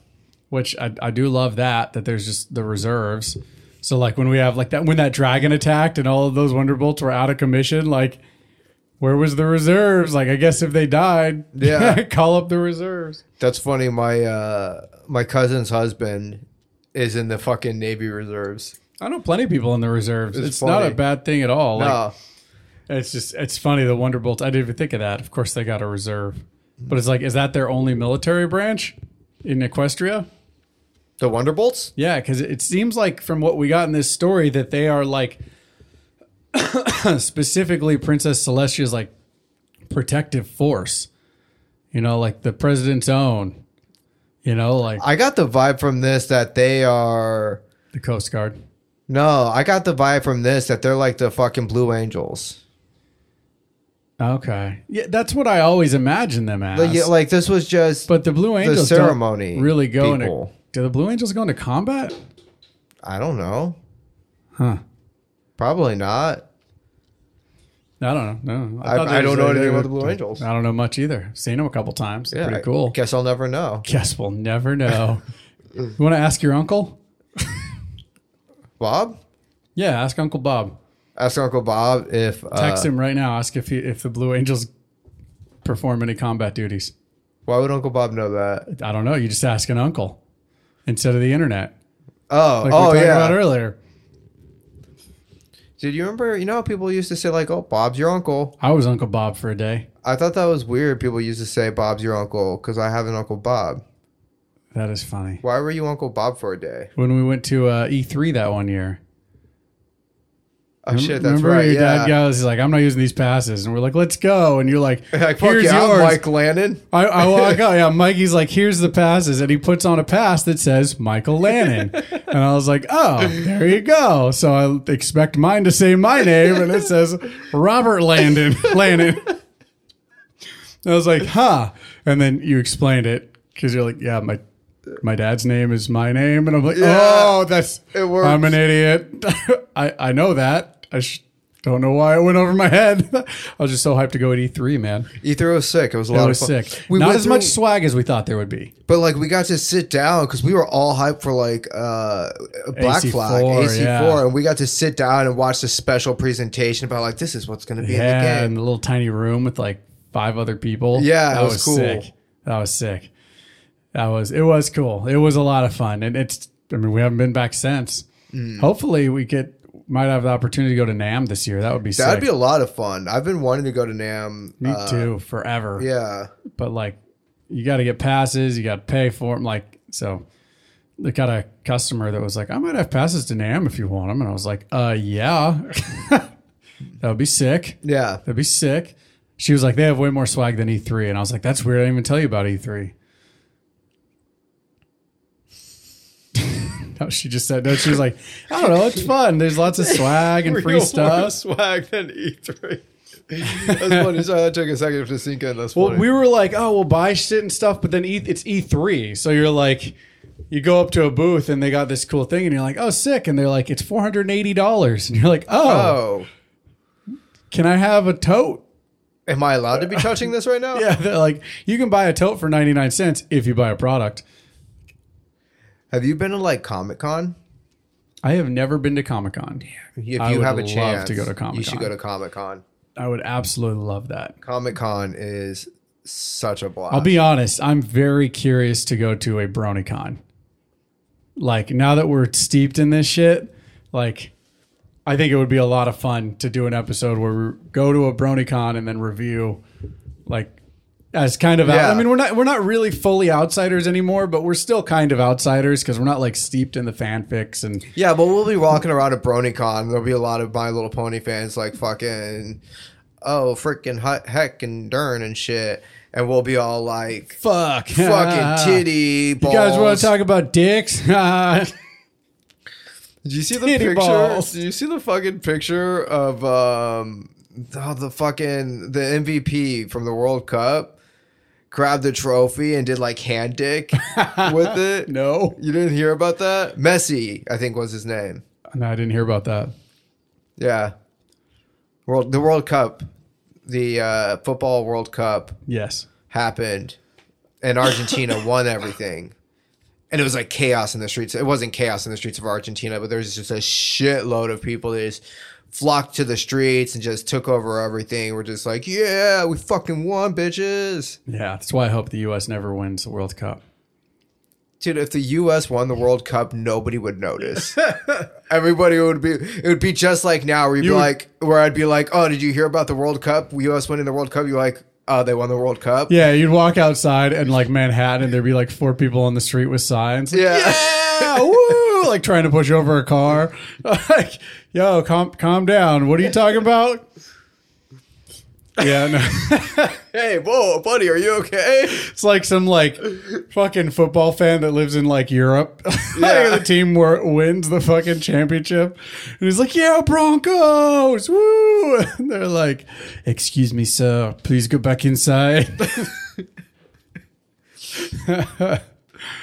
which I, I do love that that there's just the reserves. So like when we have like that when that dragon attacked and all of those wonderbolts were out of commission, like where was the reserves? Like I guess if they died,
Yeah.
call up the reserves.
that's funny. My uh, my cousin's husband is in the fucking Navy Reserves.
I know plenty of people in the reserves. It's,
It's
not
funny.
a bad thing at all. Like,
No.
It's just it's funny the Wonderbolts. I didn't even think of that. Of course they got a reserve, but it's like is that their only military branch in Equestria?
The Wonderbolts?
Yeah, because it seems like from what we got in this story that they are like specifically Princess Celestia's like protective force. You know, like the president's own. You know, like
I got the vibe from this that they are.
the Coast Guard.
No, I got the vibe from this that they're like the fucking Blue Angels.
Okay, yeah, that's what I always imagine them as.
Like, yeah, like, this was just.
but the Blue Angels don't
ceremony
really go into.
people.
Do the Blue Angels go into combat?
I don't know.
Huh.
Probably not.
I don't know. No,
I-
thought they
I don't
was-
know
they-
anything
they
about
were-
the Blue Angels.
I don't know much either. Seen them a couple times.
Yeah,
Pretty cool.
I guess I'll never know.
Guess we'll never know. you want to ask your uncle?
Bob,
Yeah, ask Uncle Bob.
ask Uncle Bob if uh,
Text him right now. Ask if he, if the Blue Angels perform any combat duties.
Why would Uncle Bob know that?
I don't know. You just ask an uncle instead of the internet.
Oh,
Like we
oh
talked
yeah,
about earlier.
Did you remember? You know how people used to say like, "Oh, Bob's your uncle."
I was Uncle Bob for a day.
I thought that was weird. People used to say Bob's your uncle because I have an uncle Bob.
That is funny.
Why were you Uncle Bob for a day?
When we went to uh, E3 that one year.
Oh shit, that's
Remember
right.
your
Yeah.
dad goes, he's like, I'm not using these passes. And we're like, let's go. And you're like,
Like, fuck
here's
yeah, I'm
yours.
Mike Lannon.
I, I walk out. Yeah, Mikey's like, here's the passes. And he puts on a pass that says Michael Lannon. and I was like, oh, there you go. So I expect mine to say my name, and it says Robert Landon. Lannon. And I was like, huh. And then you explained it because you're like, yeah, my. My dad's name is my name, and I'm like,
Yeah,
oh, that's
it works.
I'm an idiot. I I know that. I sh- don't know why it went over my head. I was just so hyped to go at E3, man.
E3 was sick. It was a
That
lot
was
of fun.
sick.
We
Not
went
as much
through-
swag as we thought there would be.
But like we got to sit down because we were all hyped for like uh Black
AC4,
Flag, AC4,
yeah.
and we got to sit down and watch the special presentation about like this is what's going to be in
Yeah, in
the
the
game.
little tiny room with like five other people.
Yeah, it was cool.
Sick. That was sick. That was it was cool. It was a lot of fun, and it's. I mean, we haven't been back since.
Hmm.
Hopefully, we get might have the opportunity to go to Nam this year. That would be
That'd
sick.
be a lot of fun. I've been wanting to go to Nam.
Me
uh,
too, forever.
Yeah,
But like, you got to get passes. You got to pay for them. Like so. They got a customer that was like, "I might have passes to Nam if you want them," and I was like, "Uh, yeah, that would be sick."
yeah.
That'd be sick. She was like, they have way more swag than E3. And I was like, that's weird. I didn't even tell you about E E3. no, she just said, no, she was like, I don't know. It's fun. There's lots of swag and free stuff.
swag than E3. That's funny. Sorry, that took a second to sink in. That's
Well,
funny.
we were like, oh, we'll buy shit and stuff. But then e- it's E3. So you're like, you go up to a booth and they got this cool thing and you're like, oh, sick. And they're like, it's $480. And you're like, oh,
oh,
can I have a tote?
am I allowed to be touching this right now?
Yeah, they're like, you can buy a tote for 99 cents if you buy a product.
Have you been to like Comic Con?
I have never been to Comic Con.
If you
I would
have a
love
chance
to go to
you
Comic-Con.
should go to Comic Con.
I would absolutely love that.
Comic Con is such a blast.
I'll be honest, I'm very curious to go to a BronyCon. Like now that we're steeped in this shit, like I think it would be a lot of fun to do an episode where we go to a BronyCon and then review like as kind of
Yeah.
I mean we're not we're not really fully outsiders anymore, but we're still kind of outsiders because we're not like steeped in the fanfics and
Yeah, but we'll be walking around at BronyCon. There'll be a lot of My Little Pony fans like fucking, oh, freaking hut, heck and darn and shit. And we'll be all like,
fuck
fucking titty
You
balls.
guys want to talk about dicks?
Did you see the
titty
picture?
balls.
Did you see the fucking picture of um, oh, the fucking the MVP from the World Cup grabbed the trophy and did like hand dick with it?
no.
You didn't hear about that? Messi, I think was his name.
No, I didn't hear about that.
Yeah. World the World Cup, the uh, football World Cup
Yes.
happened, and Argentina won everything. And it was like chaos in the streets. It wasn't chaos in the streets of Argentina, but there was just a shitload of people that just flocked to the streets and just took over everything. We're just like, yeah, we fucking won, bitches.
Yeah, that's why I hope the U.S. never wins the World Cup.
Dude, if the U.S. won the World Cup, nobody would notice. Everybody would be. It would be just like now, where you'd
You
be
would-
like, where I'd be like, "Oh, did you hear about the World Cup? U.S. winning the World Cup?" You're like, "Oh, they won the World Cup."
Yeah, you'd walk outside and like Manhattan, and there'd be like four people on the street with signs. Like,
Yeah.
"Yeah, woo! Like trying to push over a car. like, yo, calm, calm down. What are you talking about? Yeah, no.
Hey, whoa, buddy, are you okay?
it's like some like fucking football fan that lives in like Europe.
Yeah.
like the team where wins the fucking championship, and he's like, "Yeah, Broncos, woo!" And they're like, "Excuse me, sir, please go back inside."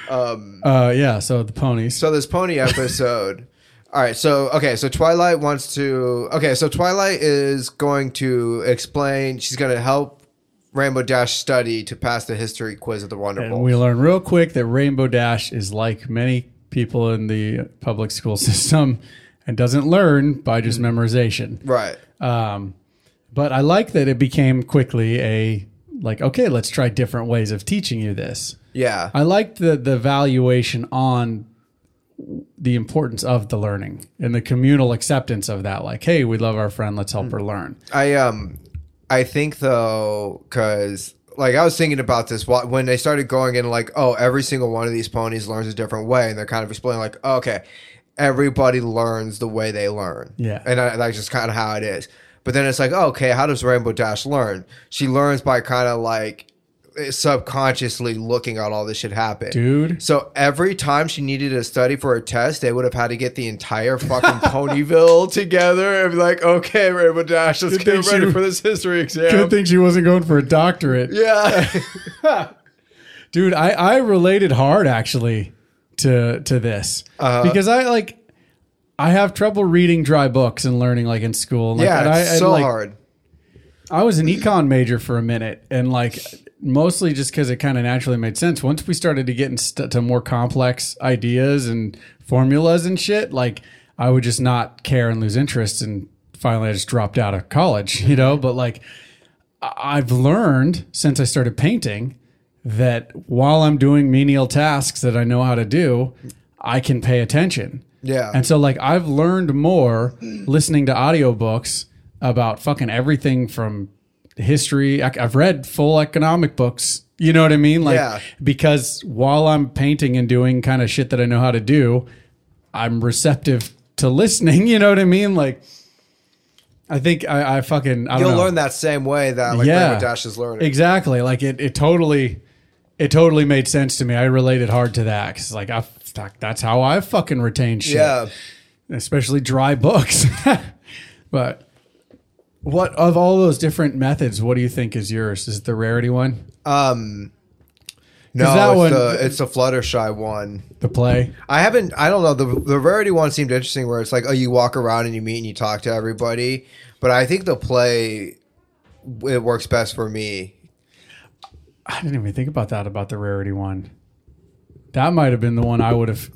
Uh, yeah. So the ponies.
Um, So this pony episode. All right, so okay, so Twilight wants to. Okay, so Twilight is going to explain. She's going to help Rainbow Dash study to pass the history quiz of the Wonder
and
Bowl.
we learn real quick that Rainbow Dash is like many people in the public school system and doesn't learn by just
Mm.
memorization.
right.
Um, but I like that it became quickly a like, okay, let's try different ways of teaching you this.
Yeah.
I liked the the valuation on the importance of the learning and the communal acceptance of that. Like, hey, we love our friend. Let's help her learn.
Hmm. I um, I think though, because like I was thinking about this wh- when they started going in, like, oh, every single one of these ponies learns a different way, and they're kind of explaining, like, okay, everybody learns the way they learn,
Yeah.
and I, that's just kind of how it is. But then it's like, oh, okay, how does Rainbow Dash learn? She learns by kind of like eh, subconsciously looking at all this shit happen,
Dude.
So every time she needed to study for a test, they would have had to get the entire fucking Ponyville together and be like, okay, Rainbow Dash, let's
thing
get ready
she-
for this history exam.
Good thing she wasn't going for a doctorate.
Yeah.
dude i i related hard actually to to this
Uh-huh.
because i like i have trouble reading dry books and learning like in school and, like, and
yeah,
I,
it's
and,
so
like,
hard.
i was an econ major for a minute and like mostly just because it kind of naturally made sense once we started to get into to more complex ideas and formulas and shit like i would just not care and lose interest and finally i just dropped out of college you know but like I- i've learned since i started painting that while I'm doing menial tasks that I know how to do, I can pay attention.
Yeah.
And so like I've learned more listening to audiobooks about fucking everything from history. I, I've read full economic books. You know what I mean? Like
Yeah.
because while I'm painting and doing kind of shit that I know how to do, I'm receptive to listening. You know what I mean? Like I think I, I fucking I
You'll
don't know.
learn that same way that like
Yeah.
Rainbow Dash is learning.
Exactly. Like it, it totally, it totally made sense to me. I related hard to that because like I, fuck, that's how I fucking retain shit,
Yeah.
especially dry books. but what of all those different methods, what do you think is yours? Is it the rarity one,
No,
that
it's,
one-
the, it's the Fluttershy one.
the play?
I haven't. I don't know. The the rarity one seemed interesting, where it's like, oh, you walk around and you meet and you talk to everybody. But I think the play it works best for me.
I didn't even think about that about the rarity one. That might have been the one I would have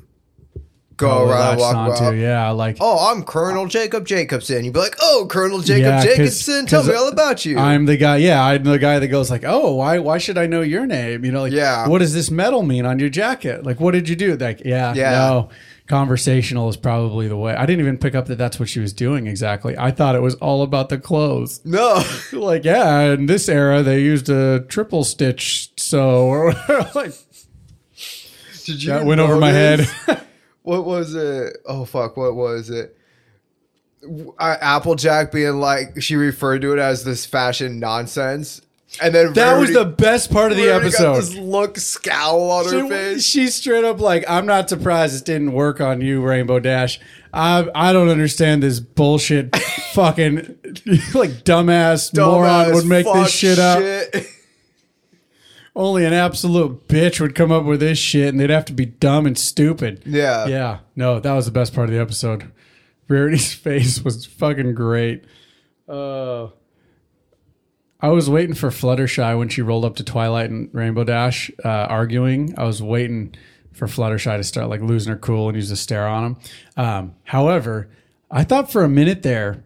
Go around and
latched
walk
onto.
around.
Oh, Yeah, like
Oh, I'm Colonel Jacob Jacobson. You'd be like, oh, Colonel Jacob
Yeah, 'cause-
Jacobson, tell
'cause
me all about you.
I'm the guy. Yeah, I'm the guy that goes like, "Oh, why? Why should I know your name? You know, like,
Yeah.
what does this medal mean on your jacket? Like, what did you do? Like, yeah,
Yeah.
no. Conversational is probably the way. I didn't even pick up that that's what she was doing exactly. I thought it was all about the clothes.
no.
Like, yeah, in this era they used a triple stitch, so or like
Did you
that went over my head.
notice- What was it? Oh, fuck. What was it? W- I- Applejack being like, she referred to it as this fashion nonsense. And then
that was
Rarity-
the best part of the
Rarity got
episode.
this look scowl on her
She,
face.
she's straight up like, I'm not surprised this didn't work on you, Rainbow Dash. I I don't understand this bullshit fucking like dumbass, moron
Dumbass
would make
fuck
this shit up.
shit.
Only an absolute bitch would come up with this shit and they'd have to be dumb and stupid.
Yeah.
Yeah. No, that was the best part of the episode. Rarity's face was fucking great. Uh, I was waiting for Fluttershy when she rolled up to Twilight and Rainbow Dash uh, arguing. I was waiting for Fluttershy to start like losing her cool and use a stare on him. Um, however, I thought for a minute there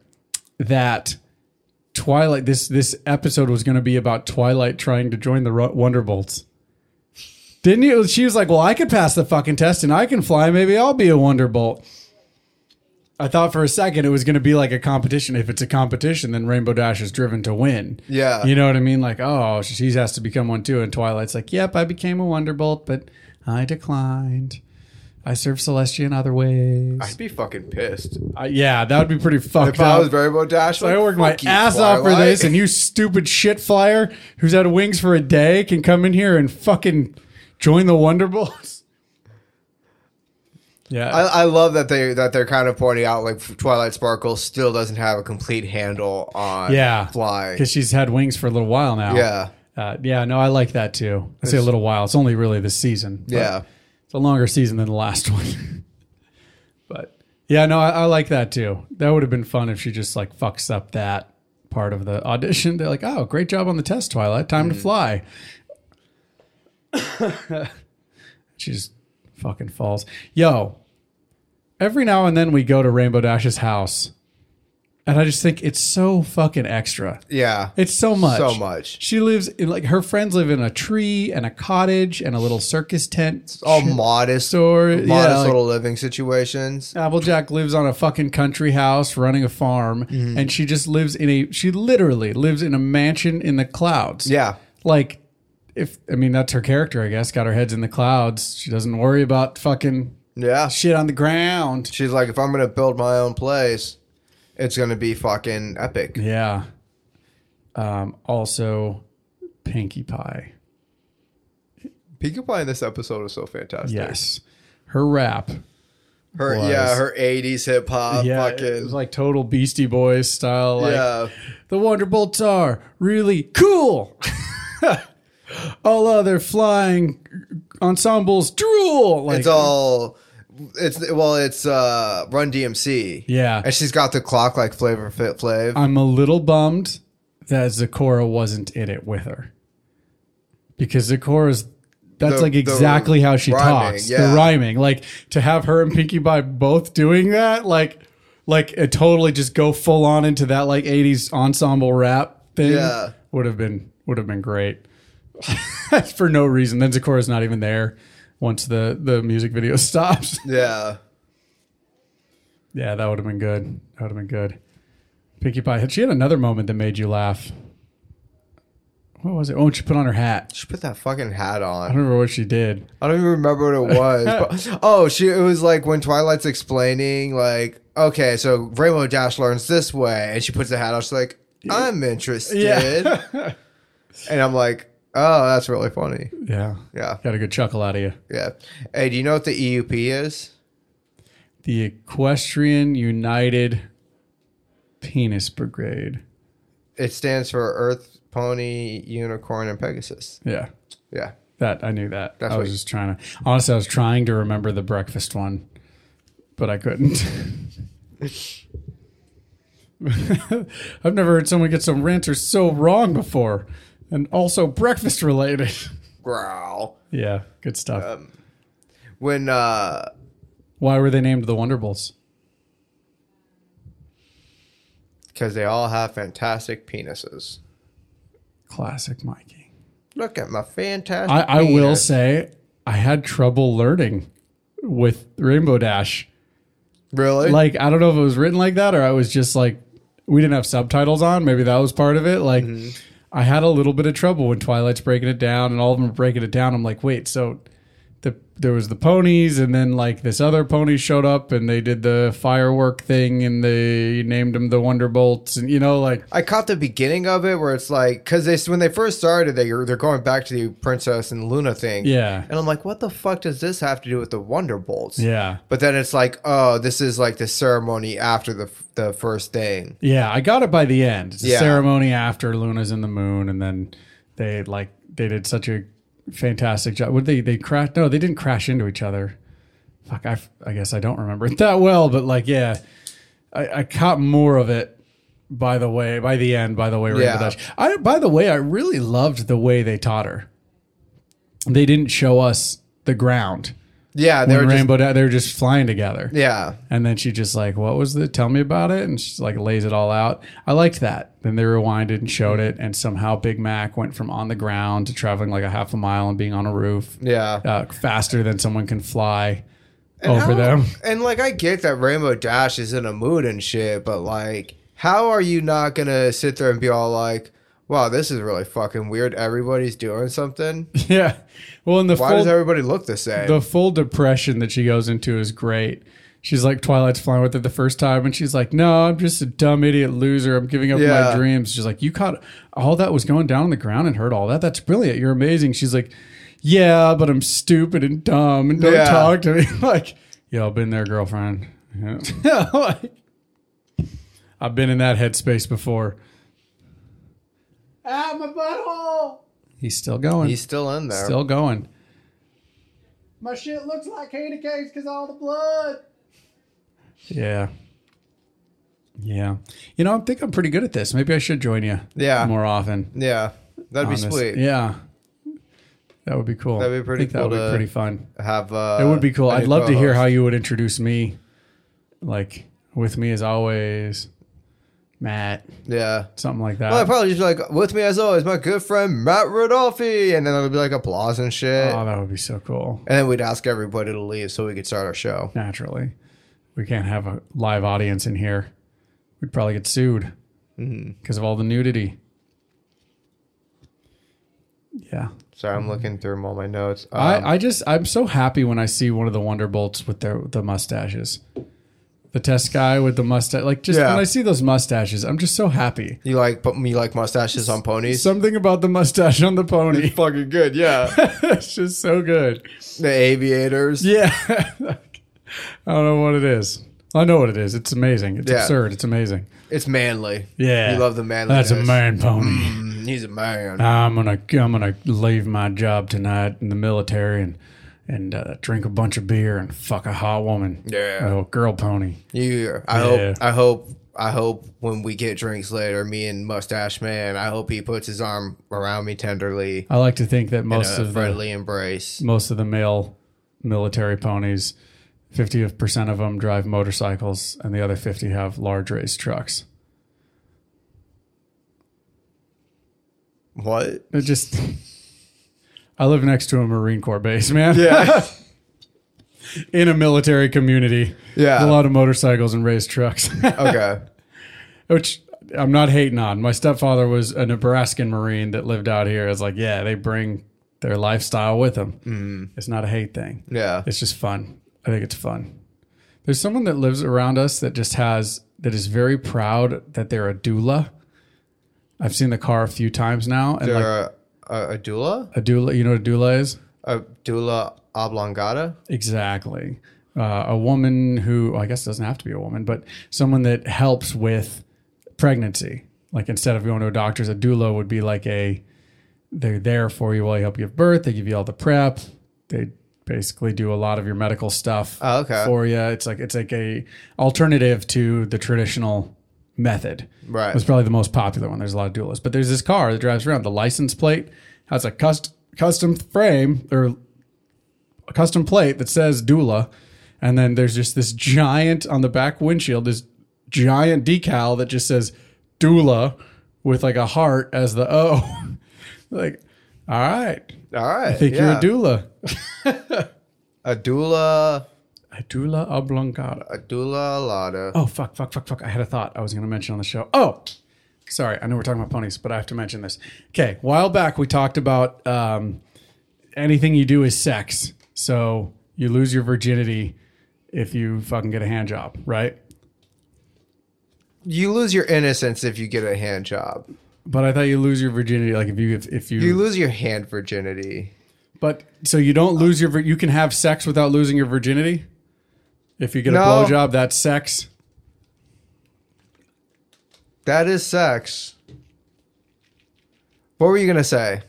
that Twilight this this episode was going to be about Twilight trying to join the Ru- Wonderbolts. Didn't you? She was like, "Well, I could pass the fucking test and I can fly. Maybe I'll be a Wonderbolt." I thought for a second it was going to be like a competition. If it's a competition, then Rainbow Dash is driven to win.
Yeah.
you know what I mean. Like, oh, she has to become one too. And Twilight's like, "Yep, I became a Wonderbolt, but I declined. I serve Celestia in other ways."
I'd be fucking pissed.
I- yeah, that would be pretty fucked
If I
up.
was Rainbow Dash,
So I
like,
worked my
fuck you,
ass off for
Twilight.
this, and you stupid shit flyer who's had wings for a day can come in here and fucking join the Wonderbolts. Yeah,
I, I love that they that they're kind of pointing out like Twilight Sparkle still doesn't have a complete handle on
yeah,
flying.
because she's had wings for a little while now.
Yeah.
uh, yeah. No, I like that too. I say a little while. It's only really this season. but
Yeah.
it's a longer season than the last one. but yeah, no, I, I like that too. That would have been fun if she just like fucks up that part of the audition. They're like, oh, great job on the test, Twilight. Time
Mm-hmm.
to fly. she just fucking falls. Yo, every now and then we go to Rainbow Dash's house And I just think it's so fucking extra.
Yeah.
It's so much.
So much.
She lives in like her friends live in a tree and a cottage and a little circus tent.
All modest,
Store- yeah,
modest
like-
little living situations.
Applejack lives on a fucking country house running a farm and she just lives in a she literally lives in a mansion in the clouds.
Yeah.
Like if I mean that's her character, I guess, got her heads in the clouds. She doesn't worry about fucking
Yeah.
shit on the ground.
She's like, if I'm gonna build my own place, it's gonna be fucking epic.
Yeah. Um also Pinkie Pie.
Pinkie Pie in this episode is so fantastic.
Yes. Her rap.
Her
Was.
yeah, her eighties hip hop
yeah, it
fucking
was like total Beastie Boys style. Like,
Yeah.
The Wonder Bolts are really cool. all other flying ensembles drool. Like,
It's all it's well, it's uh Run DMC.
Yeah.
And she's got the clock like flavor fit flav.
I'm a little bummed that Zakora wasn't in it with her because Zakora's. That's
The-
like
the
exactly how she
rhyming,
talks.
yeah.
The rhyming, like to have her and Pinkie Pie both doing that, like, like it totally just go full on into that like '80s ensemble rap thing.
Yeah.
would have been would have been great for no reason. Then Zakora's not even there once the the music video stops.
yeah.
Yeah, that would have been good. That would have been good. Pinkie Pie. She had another moment that made you laugh. What was it? Oh, she put on her hat.
She put that fucking hat
I
on.
don't remember what she did.
I don't even remember what it was. but, oh, she it was like when Twilight's explaining, like, okay, so Rainbow Dash learns this way, and she puts the hat on. She's like, I'm interested. and I'm like, oh, that's really funny.
yeah.
Yeah,
Got a good chuckle out of you.
yeah. Hey, do you know what the EUP is?
The Equestrian United Penis Brigade.
It stands for Earth, Pony, Unicorn, and Pegasus.
Yeah.
Yeah,
That I knew that.
That's
I was
what-
just trying to honestly I was trying to remember the breakfast one, but I couldn't. I've never heard someone get so rant or so wrong before. And also breakfast related.
growl.
yeah, good stuff.
Um, When uh,
Why were they named the Wonderbolts?
because they all have fantastic penises.
Classic Mikey.
Look at my fantastic.
I, I will
penis.
say I had trouble learning with Rainbow Dash.
really
like I don't know if it was written like that or I was just like we didn't have subtitles on. Maybe that was part of it. Like I had a little bit of trouble when Twilight's breaking it down and all of them are breaking it down. I'm like, wait, so the there was the ponies and then like this other pony showed up and they did the firework thing and they named them the Wonderbolts and you know like
I caught the beginning of it where it's like because they when they first started they they're going back to the Princess and Luna thing.
Yeah.
and I'm like, what the fuck does this have to do with the Wonderbolts?
yeah.
But then it's like, oh, this is like the ceremony after the the first thing.
Yeah, I got it by the end. It's a
Yeah.
ceremony after Luna's in the moon, and then they like they did such a fantastic job. Would they they crash? No, they didn't crash into each other. Fuck, I, f- I guess I don't remember it that well, but like yeah, I, I caught more of it by the way by the end. By the way, Rainbow
Yeah.
Dash. I by the way, I really loved the way they taught her. They didn't show us the ground
Yeah, they
when
were just,
Rainbow. Da- they were just flying together.
yeah,
And then she just like, what was the? Tell me about it. And she's like, lays it all out. I liked that. Then they rewinded and showed it, and somehow Big Mac went from on the ground to traveling like a half a mile and being on a roof
yeah.
uh, faster than someone can fly
And
over
how-
them.
And like, I get that Rainbow Dash is in a mood and shit, but like, how are you not gonna sit there and be all like, wow, this is really fucking weird. Everybody's doing something.
yeah. Well, in the
Why
full,
does everybody look the same?
the full depression that she goes into is great. She's like Twilight's flying with it the first time, and she's like, "No, I'm just a dumb idiot loser. I'm giving up my
Yeah.
dreams." She's like, "You caught all that was going down on the ground and heard all that. That's brilliant. You're amazing." She's like, "Yeah, but I'm stupid and dumb and don't
Yeah.
talk to me." like, yo, I've been there, girlfriend. Yeah. Like, I've been in that headspace before. Ah, my butthole. He's still going.
He's still in there.
Still going. My shit looks like Haiti cakes because all the blood. Yeah. Yeah. You know, I think I'm pretty good at this. Maybe I should join you.
Yeah.
More often.
yeah, that'd be
on this.
sweet.
Yeah. That would be cool.
That'd be pretty
I think
cool
That would be
to-
pretty fun.
Have uh,
It would be cool.
a
I'd
new
love to hear
co-host.
how you would introduce me, like with me as always. Matt,
Yeah.
something like that.
Well, I probably just be like with me as always, my good friend Matt Rodolfi, and then it'll be like applause and shit,
oh, that would be so cool.
and then we'd ask everybody to leave so we could start our show.
Naturally, we can't have a live audience in here. We'd probably get sued
Mm-hmm.
because of all the nudity. Yeah,
Sorry, I'm looking through all my notes. Um,
Mm-hmm. I, I just I'm so happy when I see one of the Wonderbolts with their the mustaches, the test guy with the mustache. Like just
Yeah.
when I see those mustaches, I'm just so happy.
you like put me like mustaches on ponies?
Something about the mustache on the pony.
fucking good, yeah.
it's just so good.
the aviators.
Yeah, I don't know what it is. I know what it is. It's amazing. It's
Yeah.
absurd. It's amazing.
It's manly.
Yeah,
You love the manly.
That's a man pony.
Mm, he's a man.
I'm gonna I'm gonna leave my job tonight in the military and and uh, drink a bunch of beer and fuck a hot woman.
Yeah.
oh girl pony.
You, I
Yeah.
hope, I hope, I hope when we get drinks later, me and Mustache Man, I hope he puts his arm around me tenderly,
I like to think that
in
most
a
of the
friendly embrace.
most of the male military ponies, fifty percent of them drive motorcycles, and the other fifty have large race trucks.
What?
It just, I live next to a Marine Corps base, man.
Yeah,
in a military community,
yeah.
a lot of motorcycles and race trucks,
okay,
which I'm not hating on. My stepfather was a Nebraskan Marine that lived out here. It's like, yeah, they bring their lifestyle with them. It's not a hate thing.
Mm. yeah.
It's just fun. I think it's fun. There's someone that lives around us that just has that is very proud that they're a doula. I've seen the car a few times now, and like
They're a, a, a doula,
a doula, you know what a doula is?
a doula oblongata.
Exactly. Uh, a woman who I guess doesn't have to be a woman, but someone that helps with pregnancy. Like instead of going to a doctor's, a doula would be like a they're there for you while you help give birth. They give you all the prep. They basically do a lot of your medical stuff
Oh, okay.
for you. It's like it's like a alternative to the traditional method.
Right.
It's probably the most popular one. There's a lot of dualists, but there's this car that drives around. The license plate has a custom custom frame or a custom plate that says doula, and then there's just this giant on the back windshield, this giant decal that just says doula with like a heart as the O. like, all right,
All right,
I think
yeah.
you're a doula.
a doula,
A doula oblongata.
a doula lada.
Oh fuck, fuck, fuck, fuck! I had a thought I was going to mention on the show. Oh, sorry. I know we're talking about ponies, but I have to mention this. Okay, while back we talked about um, anything you do is sex, so you lose your virginity if you fucking get a hand job, right?
You lose your innocence if you get a hand job.
But I thought you lose your virginity, like if you if, if you,
You lose your hand virginity.
But so you don't lose your vir- you can have sex without losing your virginity. If you get
No.
a blowjob, that's sex.
That is sex. What were you gonna say?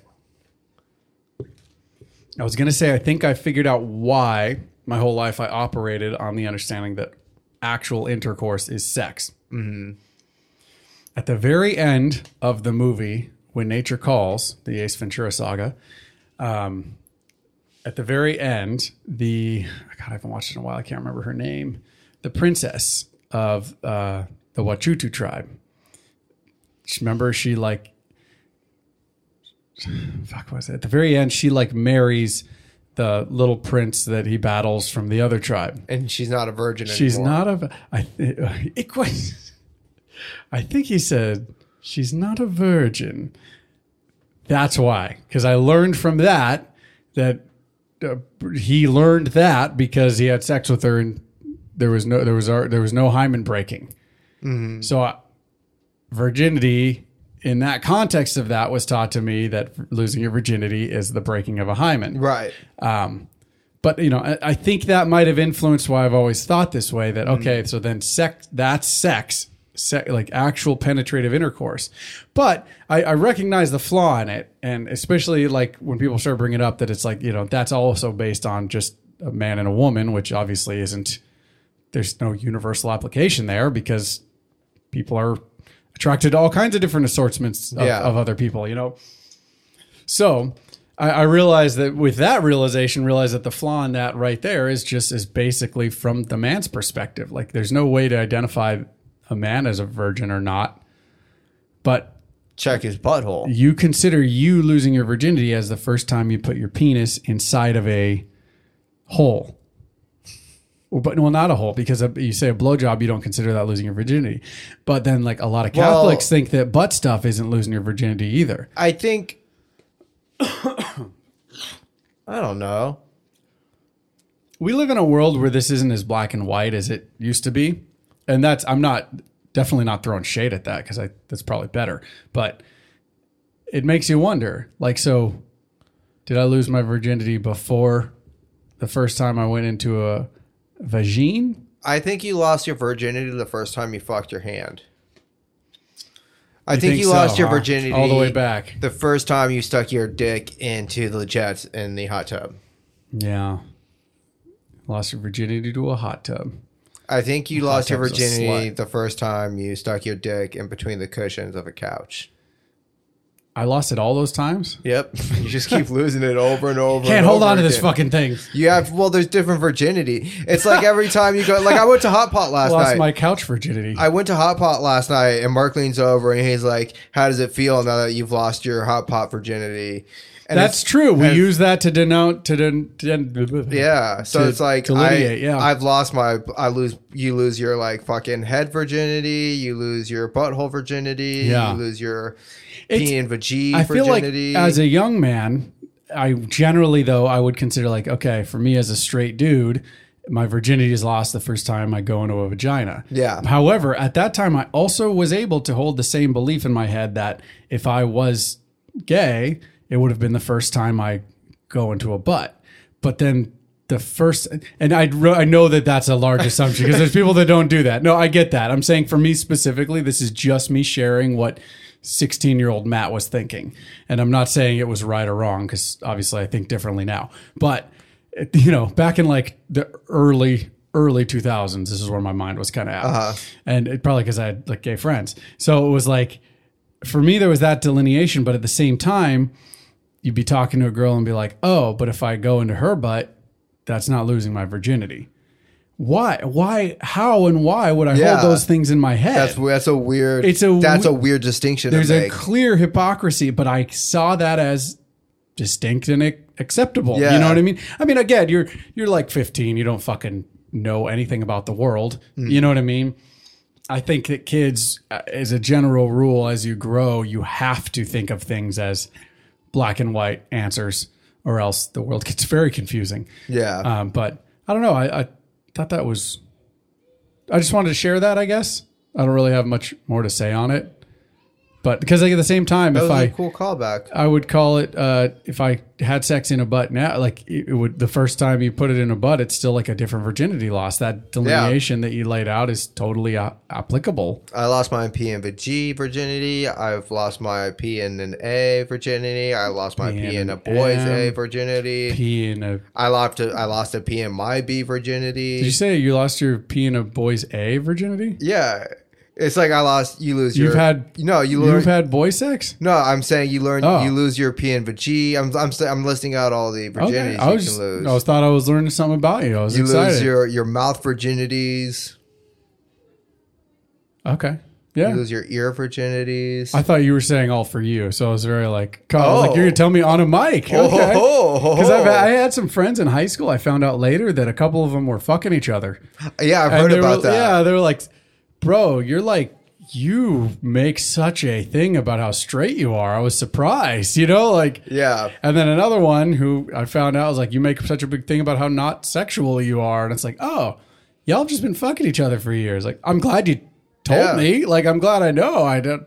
I was going to say, I think I figured out why my whole life I operated on the understanding that actual intercourse is sex. Mm-hmm. At the very end of the movie, When Nature Calls, the Ace Ventura saga, um, at the very end, the, God, I haven't watched it in a while. I can't remember her name. The princess of uh, the Wachutu tribe. Remember, she like fuck what was it? At the very end, she like marries the little prince that he battles from the other tribe.
And she's not a virgin
She's
anymore.
not a. I th- it was. I think he said she's not a virgin. That's why, because I learned from that that uh, he learned that because he had sex with her and there was no there was ar- there was no hymen breaking.
Mm-hmm.
So I, virginity in that context of that was taught to me that losing your virginity is the breaking of a hymen
Right.
but you know, I, I think that might have influenced why I've always thought this way. That okay, so then sex that's sex, se- like actual penetrative intercourse. But I, I recognize the flaw in it, and especially like when people start bringing it up that it's like you know that's also based on just a man and a woman, which obviously isn't. There's no universal application there because people are attracted to all kinds of different assortments of,
Yeah.
of other people, you know. So I, I realized that with that realization, realize that the flaw in that right there is just is basically from the man's perspective. Like there's no way to identify a man as a virgin or not But
Check his butthole.
you consider you losing your virginity as the first time you put your penis inside of a hole. Well, But well, not a hole because a- you say a blowjob, you don't consider that losing your virginity. But then, like a lot of
Well-
Catholics think that butt stuff isn't losing your virginity either.
I think. I don't know.
we live in a world where this isn't as black and white as it used to be and that's i'm not definitely not throwing shade at that because i that's probably better but it makes you wonder like so did i lose my virginity before the first time i went into a vagine
I think you lost your virginity the first time you fucked your hand. I think, you
so,
lost your
huh?
virginity
all the way back
the first time you stuck your dick into the jets in the hot tub.
yeah lost your virginity to a hot tub
I think you lost your
tub's a
virginity
slut.
the first time you stuck your dick in between the cushions of a couch.
i lost it all those times
Yep, you just keep losing it over and over.
can't
and
hold
over
on to this
again.
fucking thing
You have well, there's different virginity. It's like every time you go. Like I went to Hot Pot last
lost
night.
my couch virginity
I went to Hot Pot last night, and Mark leans over and he's like, "How does it feel now that you've lost your Hot Pot virginity?" And
That's
it's-
true. We
and-
use that to denote to den, den,
Yeah, so
to
it's like I,
delineate, yeah.
I've lost my, I lose, you lose your like fucking head virginity, you lose your butthole virginity,
Yeah.
you lose your
It's-
pee and vagine
I feel like
virginity.
as a young man, I generally though I would consider like okay, for me as a straight dude, my virginity is lost the first time I go into a vagina.
Yeah.
However, at that time I also was able to hold the same belief in my head that if I was gay, it would have been the first time I go into a butt. But then the first, and I I know that that's a large assumption because there's people that don't do that. No, I get that. I'm saying for me specifically, this is just me sharing what 16 year old Matt was thinking, and I'm not saying it was right or wrong because obviously I think differently now. But it- you know, back in like the early early 2000s, this is where my mind was kind of at,
Uh-huh.
and it probably because I had like gay friends, so it was like for me there was that delineation but at the same time you'd be talking to a girl and be like oh but if i go into her butt that's not losing my virginity why why how and why would i
Yeah.
hold those things in my head
that's that's a weird.
It's a
that's
we-
a weird distinction.
there's
to
a
make.
clear hypocrisy but i saw that as distinct and ac- acceptable you
Yeah.
know what i mean i mean again you're you're like 15 you don't fucking know anything about the world you know what i mean I think that kids, uh, as a general rule, as you grow, you have to think of things as black and white answers, or else the world gets very confusing.
yeah,
Um, but I don't know. I, I thought that was. I just wanted to share that. I guess I don't really have much more to say on it, but because like at the same time,
that
if
was
I
a cool callback.
I would call it uh, if I had sex in a butt now, like it it would the first time you put it in a butt, it's still like a different virginity loss. That delineation that you laid out is totally uh, applicable.
I lost my P and G virginity. I've lost my P and an A virginity. I lost my
P
P,
and
and a boys A
M.
virginity.
Pee in a
I lost a, I lost a P and my B virginity.
did you say you lost your pee in a boy's A virginity?
yeah, it's like I lost. You lose.
You've
your,
had-
no. You learn.
You've had boy sex?
no, I'm saying you learn.
Oh.
You lose your P and G. I'm I'm sa- I'm listing out all the virginities
Okay. I was
you
just,
can lose.
I was thought I was learning something about you. I was
you
excited.
lose your your mouth virginities.
okay.
You
Yeah.
lose your ear virginities.
I thought you were saying all for you, so I was very like, God, I was like
Oh.
you're gonna tell me on a mic,
Oh,
okay?
ho, ho, ho,
Because
ho.
I had some friends in high school. I found out later that a couple of them were fucking each other.
yeah, I've
And
heard
they were-
about that.
Yeah, they were like, bro, you're like, you make such a thing about how straight you are. I was surprised, you know, like,
Yeah.
And then another one who I found out was like, you make such a big thing about how not sexual you are. And it's like, oh, y'all have just been fucking each other for years. Like, I'm glad you told
Yeah.
me. Like, I'm glad I know. I don't,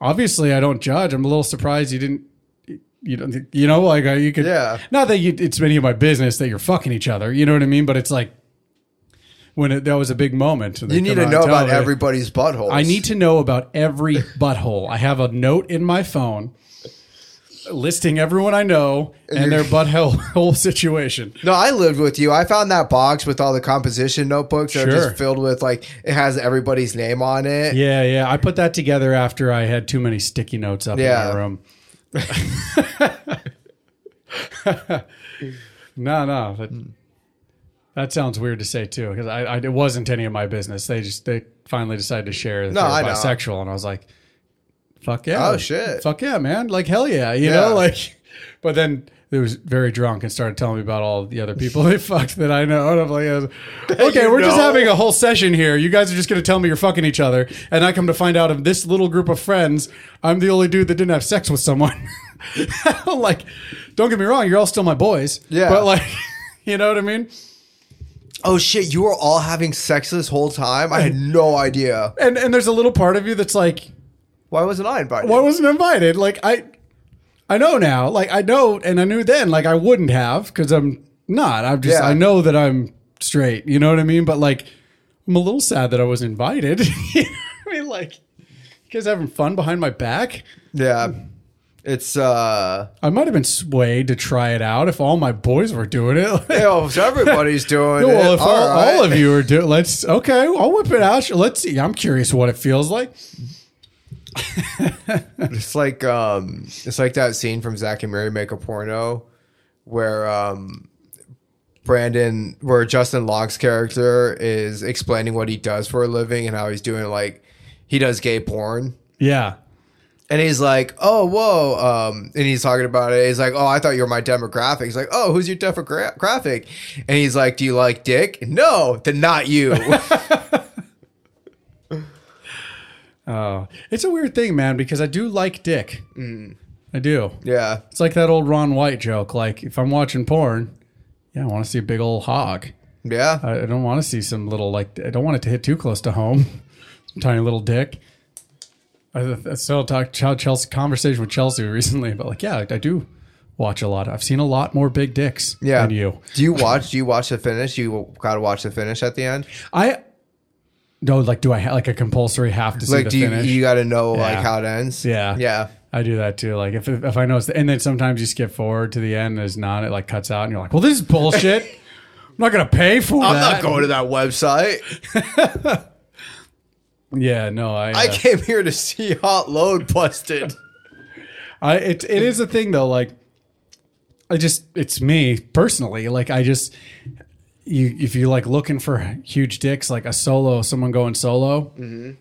obviously, I don't judge. I'm a little surprised you didn't. You don't, you know, like uh, you could,
Yeah.
Not that you, it's any of my business that you're fucking each other. You know what I mean? But it's like, when it, that was a big moment.
You need to know about everybody's buttholes.
I need to know about every butthole. I have a note in my phone listing everyone I know and their butthole whole situation.
No, I lived with you. I found that box with all the composition notebooks that are
Sure.
just filled with like it has everybody's name on it.
Yeah, yeah. I put that together after I had too many sticky notes up in
Yeah.
my room. no, no.
Hmm.
That, that sounds weird to say too, because I, I it wasn't any of my business. They just they finally decided to share that
No,
they were
I know.
bisexual, and I was like, fuck yeah.
Oh, shit.
Fuck yeah, man. Like hell yeah. You
Yeah.
know, like but then it was very drunk and started telling me about all the other people they fucked that I know. And I'm like, oh, okay,
you
we're just
know?
having a whole session here. You guys are just gonna tell me you're fucking each other. And I come to find out of this little group of friends, I'm the only dude that didn't have sex with someone. like, don't get me wrong, you're all still my boys.
Yeah.
But like you know what I mean?
Oh shit, you were all having sex this whole time? I had no idea.
And and there's a little part of you that's like,
Why wasn't I invited?
Well, I wasn't invited. Like I, I know now. Like I know, and I knew then. Like I wouldn't have because I'm not. I'm just.
Yeah.
I know that I'm straight. You know what I mean? But like, I'm a little sad that I was invited. You know what I mean, like, you guys having fun behind my back.
yeah. It's uh
I might have been swayed to try it out if all my boys were doing it. Like,
yo, if oh, everybody's doing it.
well, if all,
all right.
all of you are doing, let's okay. I'll whip it out. Sure, Let's see. I'm curious what it feels like.
It's like um it's like that scene from Zach and Mary make a porno where um Brandon where Justin Long's character is explaining what he does for a living and how he's doing like he does gay porn.
Yeah.
And he's like, oh, whoa. Um, and he's talking about it. He's like, oh, I thought you were my demographic. He's like, oh, who's your demographic? And he's like, do you like dick? No, then not you.
Oh, it's a weird thing, man, because I do like dick.
Mm.
I do.
yeah.
It's like that old Ron White joke. Like, if I'm watching porn, yeah, I want to see a big old hog.
Yeah.
I, I don't want to see some little, like, I don't want it to hit too close to home. Some tiny little dick. I, I still talked ch- Chelsea conversation with Chelsea recently about, like, yeah, I, I do watch a lot. I've seen a lot more big dicks
Yeah.
than you.
Do you watch? Do you watch the finish? You gotta watch the finish at the end.
I, no, like, do I ha- like a compulsory have to see
Like,
the
do you,
finish?
you gotta know like
Yeah.
how it ends?
Yeah.
Yeah.
I do that too. Like if if I know, it's the, and then sometimes you skip forward to the end. There's not. It like cuts out, and you're like, "Well, this is bullshit. I'm not gonna pay for
I'm
that."
not going to that website.
Yeah, no, I.
I
uh,
came here to see Hot Load busted.
I it it is a thing though. Like, I just it's me personally. Like I just you if you're like looking for huge dicks, like a solo, someone going solo.
Mm-hmm.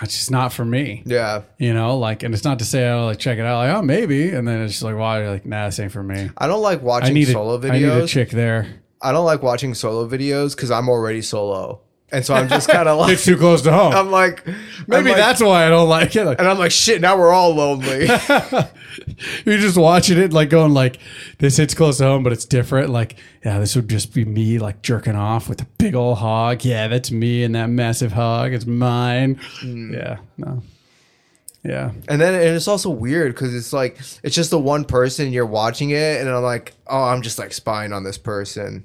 It's just not for me.
Yeah.
You know, like, and it's not to say I don't like check it out. Like, oh, maybe, and then it's just like, why? Like, nah, this ain't for me.
I don't like
I
watching
need
solo
a,
videos.
I need a chick there.
I don't like watching solo videos because I'm already solo, and so I'm just kind of like
It's too close to home.
I'm like I'm
Maybe
Um, like-
that's why I don't like it. Like,
and I'm like shit. Now we're all lonely.
you're just watching it, like going, like this hits close to home, but it's different. Like, yeah, this would just be me, like jerking off with a big old hog. Yeah, that's me and that massive hog. It's mine.
Hmm.
Yeah, no, yeah,
and then and it's also weird because it's like it's just the one person you're watching it, and I'm like, oh, I'm just like spying on this person.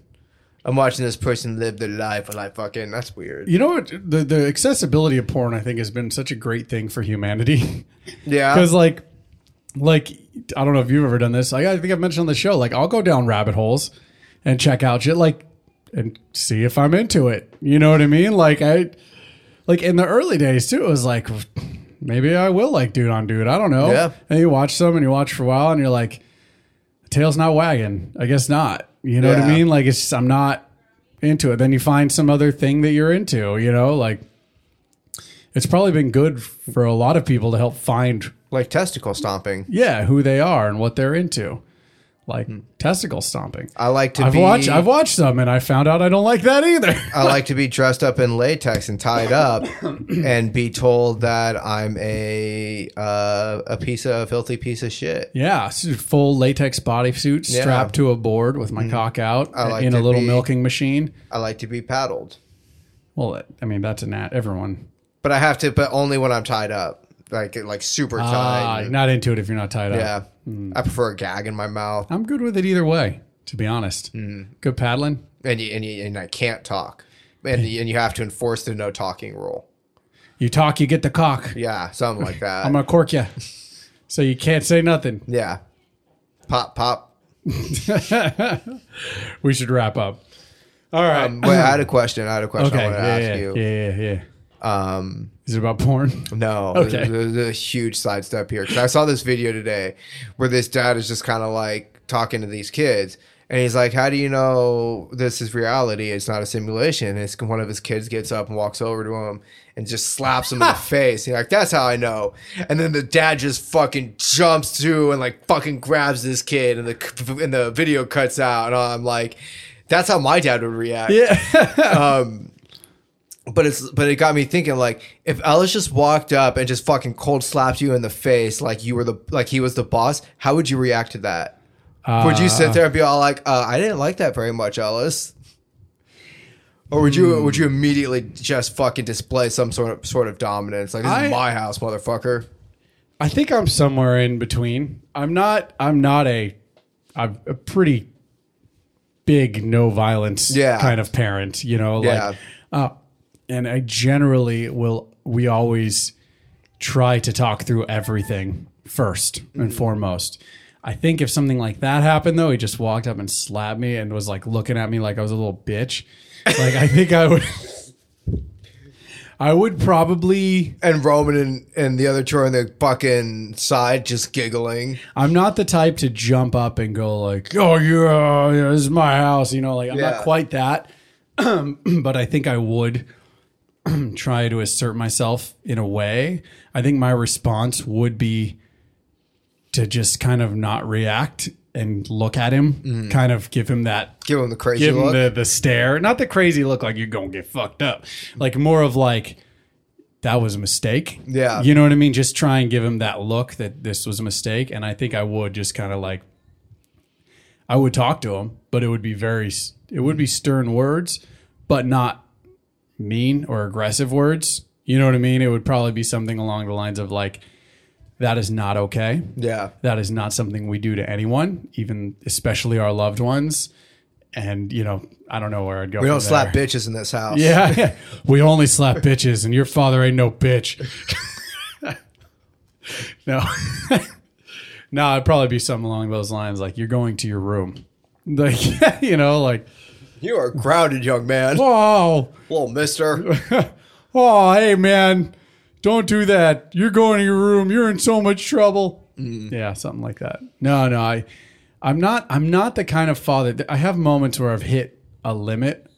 I'm watching this person live their life, and I fucking that's weird.
you know what? The the accessibility of porn, I think, has been such a great thing for humanity.
Yeah,
because like like i don't know if you've ever done this like, i think i've mentioned on the show like i'll go down rabbit holes and check out shit like and see if i'm into it you know what i mean like i like in the early days too it was like maybe i will like dude on dude i don't know
Yeah.
and you watch some and you watch for a while and you're like tail's not wagging i guess not you know what i
Yeah.
mean like it's just, i'm not into it then you find some other thing that you're into you know like it's probably been good for a lot of people to help find
like testicle stomping.
yeah, who they are and what they're into, like testicle stomping.
I like Hmm. Uh, to
I've
be. Uh,
watched I've watched some and I found out I don't like that either.
I like to be dressed up in latex and tied up, and be told that I'm a uh, a piece of a filthy piece of shit.
yeah, s- full latex bodysuit
Yeah. Hmm.
strapped to a board with my cock out
I like
in a
to
little
be-
milking machine.
I like to be paddled,
Well, I mean that's a nat everyone.
but I have to, but only when I'm tied up, like like super
Ah,
tied.
you're not into it if you're not tied up.
yeah, I prefer a gag in my mouth,
I'm good with it either way, to be honest.
Hmm.
Good paddling.
and you, and you, and I can't talk, and you, and you have to enforce the no talking rule.
You talk, you get the cock.
Yeah, something like that.
I'm gonna cork you, so you can't say nothing.
yeah, pop pop.
We should wrap up. All right.
Um, wait, I had a question. I had a question
okay.
I wanted to
Yeah,
ask
yeah,
you.
yeah. Yeah. Yeah.
Um,
Is it about porn?
No,
Okay.
there's, there's a huge sidestep here because I saw this video today where this dad is just kind of like talking to these kids, And he's like, How do you know this is reality? It's not a simulation. And it's, one of his kids gets up and walks over to him and just slaps him in the face. He's like, That's how I know. And then the dad just fucking jumps to and like fucking grabs this kid and the and the video cuts out. And I'm like, That's how my dad would react
Yeah.
but it's but it got me thinking like if Ellis just walked up and just fucking cold slapped you in the face like you were the like he was the boss, how would you react to that? would you sit there and be all like, uh, "I didn't like that very much, Ellis," or would you would you immediately just fucking display some sort of sort of dominance like this
I-
is my house, motherfucker?
I think I'm somewhere in between. I'm not. I'm not a. I'm a pretty big no violence
Yeah.
kind of parent. You know, like,
Yeah.
uh, and I generally will. We always try to talk through everything 1st
Mm-hmm.
and foremost. I think if something like that happened though, he just walked up and slapped me and was like looking at me like I was a little bitch. Like I think I would. I would probably.
And Roman and, and the other two are on the fucking side just giggling.
I'm not the type to jump up and go like, "Oh yeah, yeah this is my house," you know. Like I'm
Yeah.
not quite that, but I think I would try to assert myself in a way. I think my response would be to just kind of not react and look at him, kind of give him that
Give him the crazy
give him
look.
the, the stare. Not the crazy look like you're gonna get fucked up. Like more of like that was a mistake.
Yeah.
You know what I mean? Just try and give him that look that this was a mistake. And I think I would just kind of like I would talk to him, but it would be very s- it would be stern words, but not mean or aggressive words. You know what I mean? It would probably be something along the lines of like that is not okay
yeah.
that is not something we do to anyone, even especially our loved ones. And you know, I don't know where I'd go.
We don't slap bitches in this house.
Yeah, yeah. we only slap bitches, and your father ain't no bitch. no, no, it'd probably be something along those lines. Like you're going to your room, like you know, like
You are grounded, young man.
oh,
Little mister.
oh, hey man, don't do that. You're going to your room. You're in so much trouble.
Mm-hmm.
Yeah, something like that. No, no, I, I'm not. I'm not the kind of father. That, I have moments where I've hit a limit,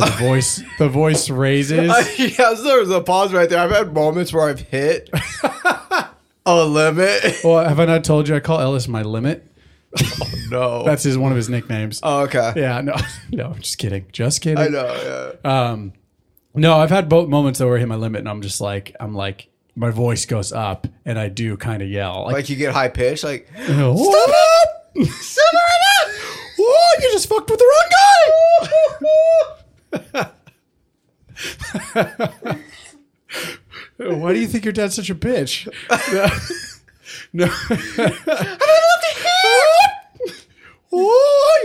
the voice, the voice raises.
yeah, so there was a pause right there. I've had moments where I've hit a limit.
well, Oh, have I not told you? I call Ellis my limit.
No.
That's his one of his nicknames.
oh, okay.
yeah, no, no, I'm just kidding. Just kidding.
I know. Yeah.
No, I've had both moments where I hit my limit, and I'm just like, I'm like, my voice goes up, and I do kind of yell, like,
like you get high pitched. Like,
Stop it! Stop it! Oh, you just fucked with the wrong guy! Why do you think your dad's such a bitch? no. oh,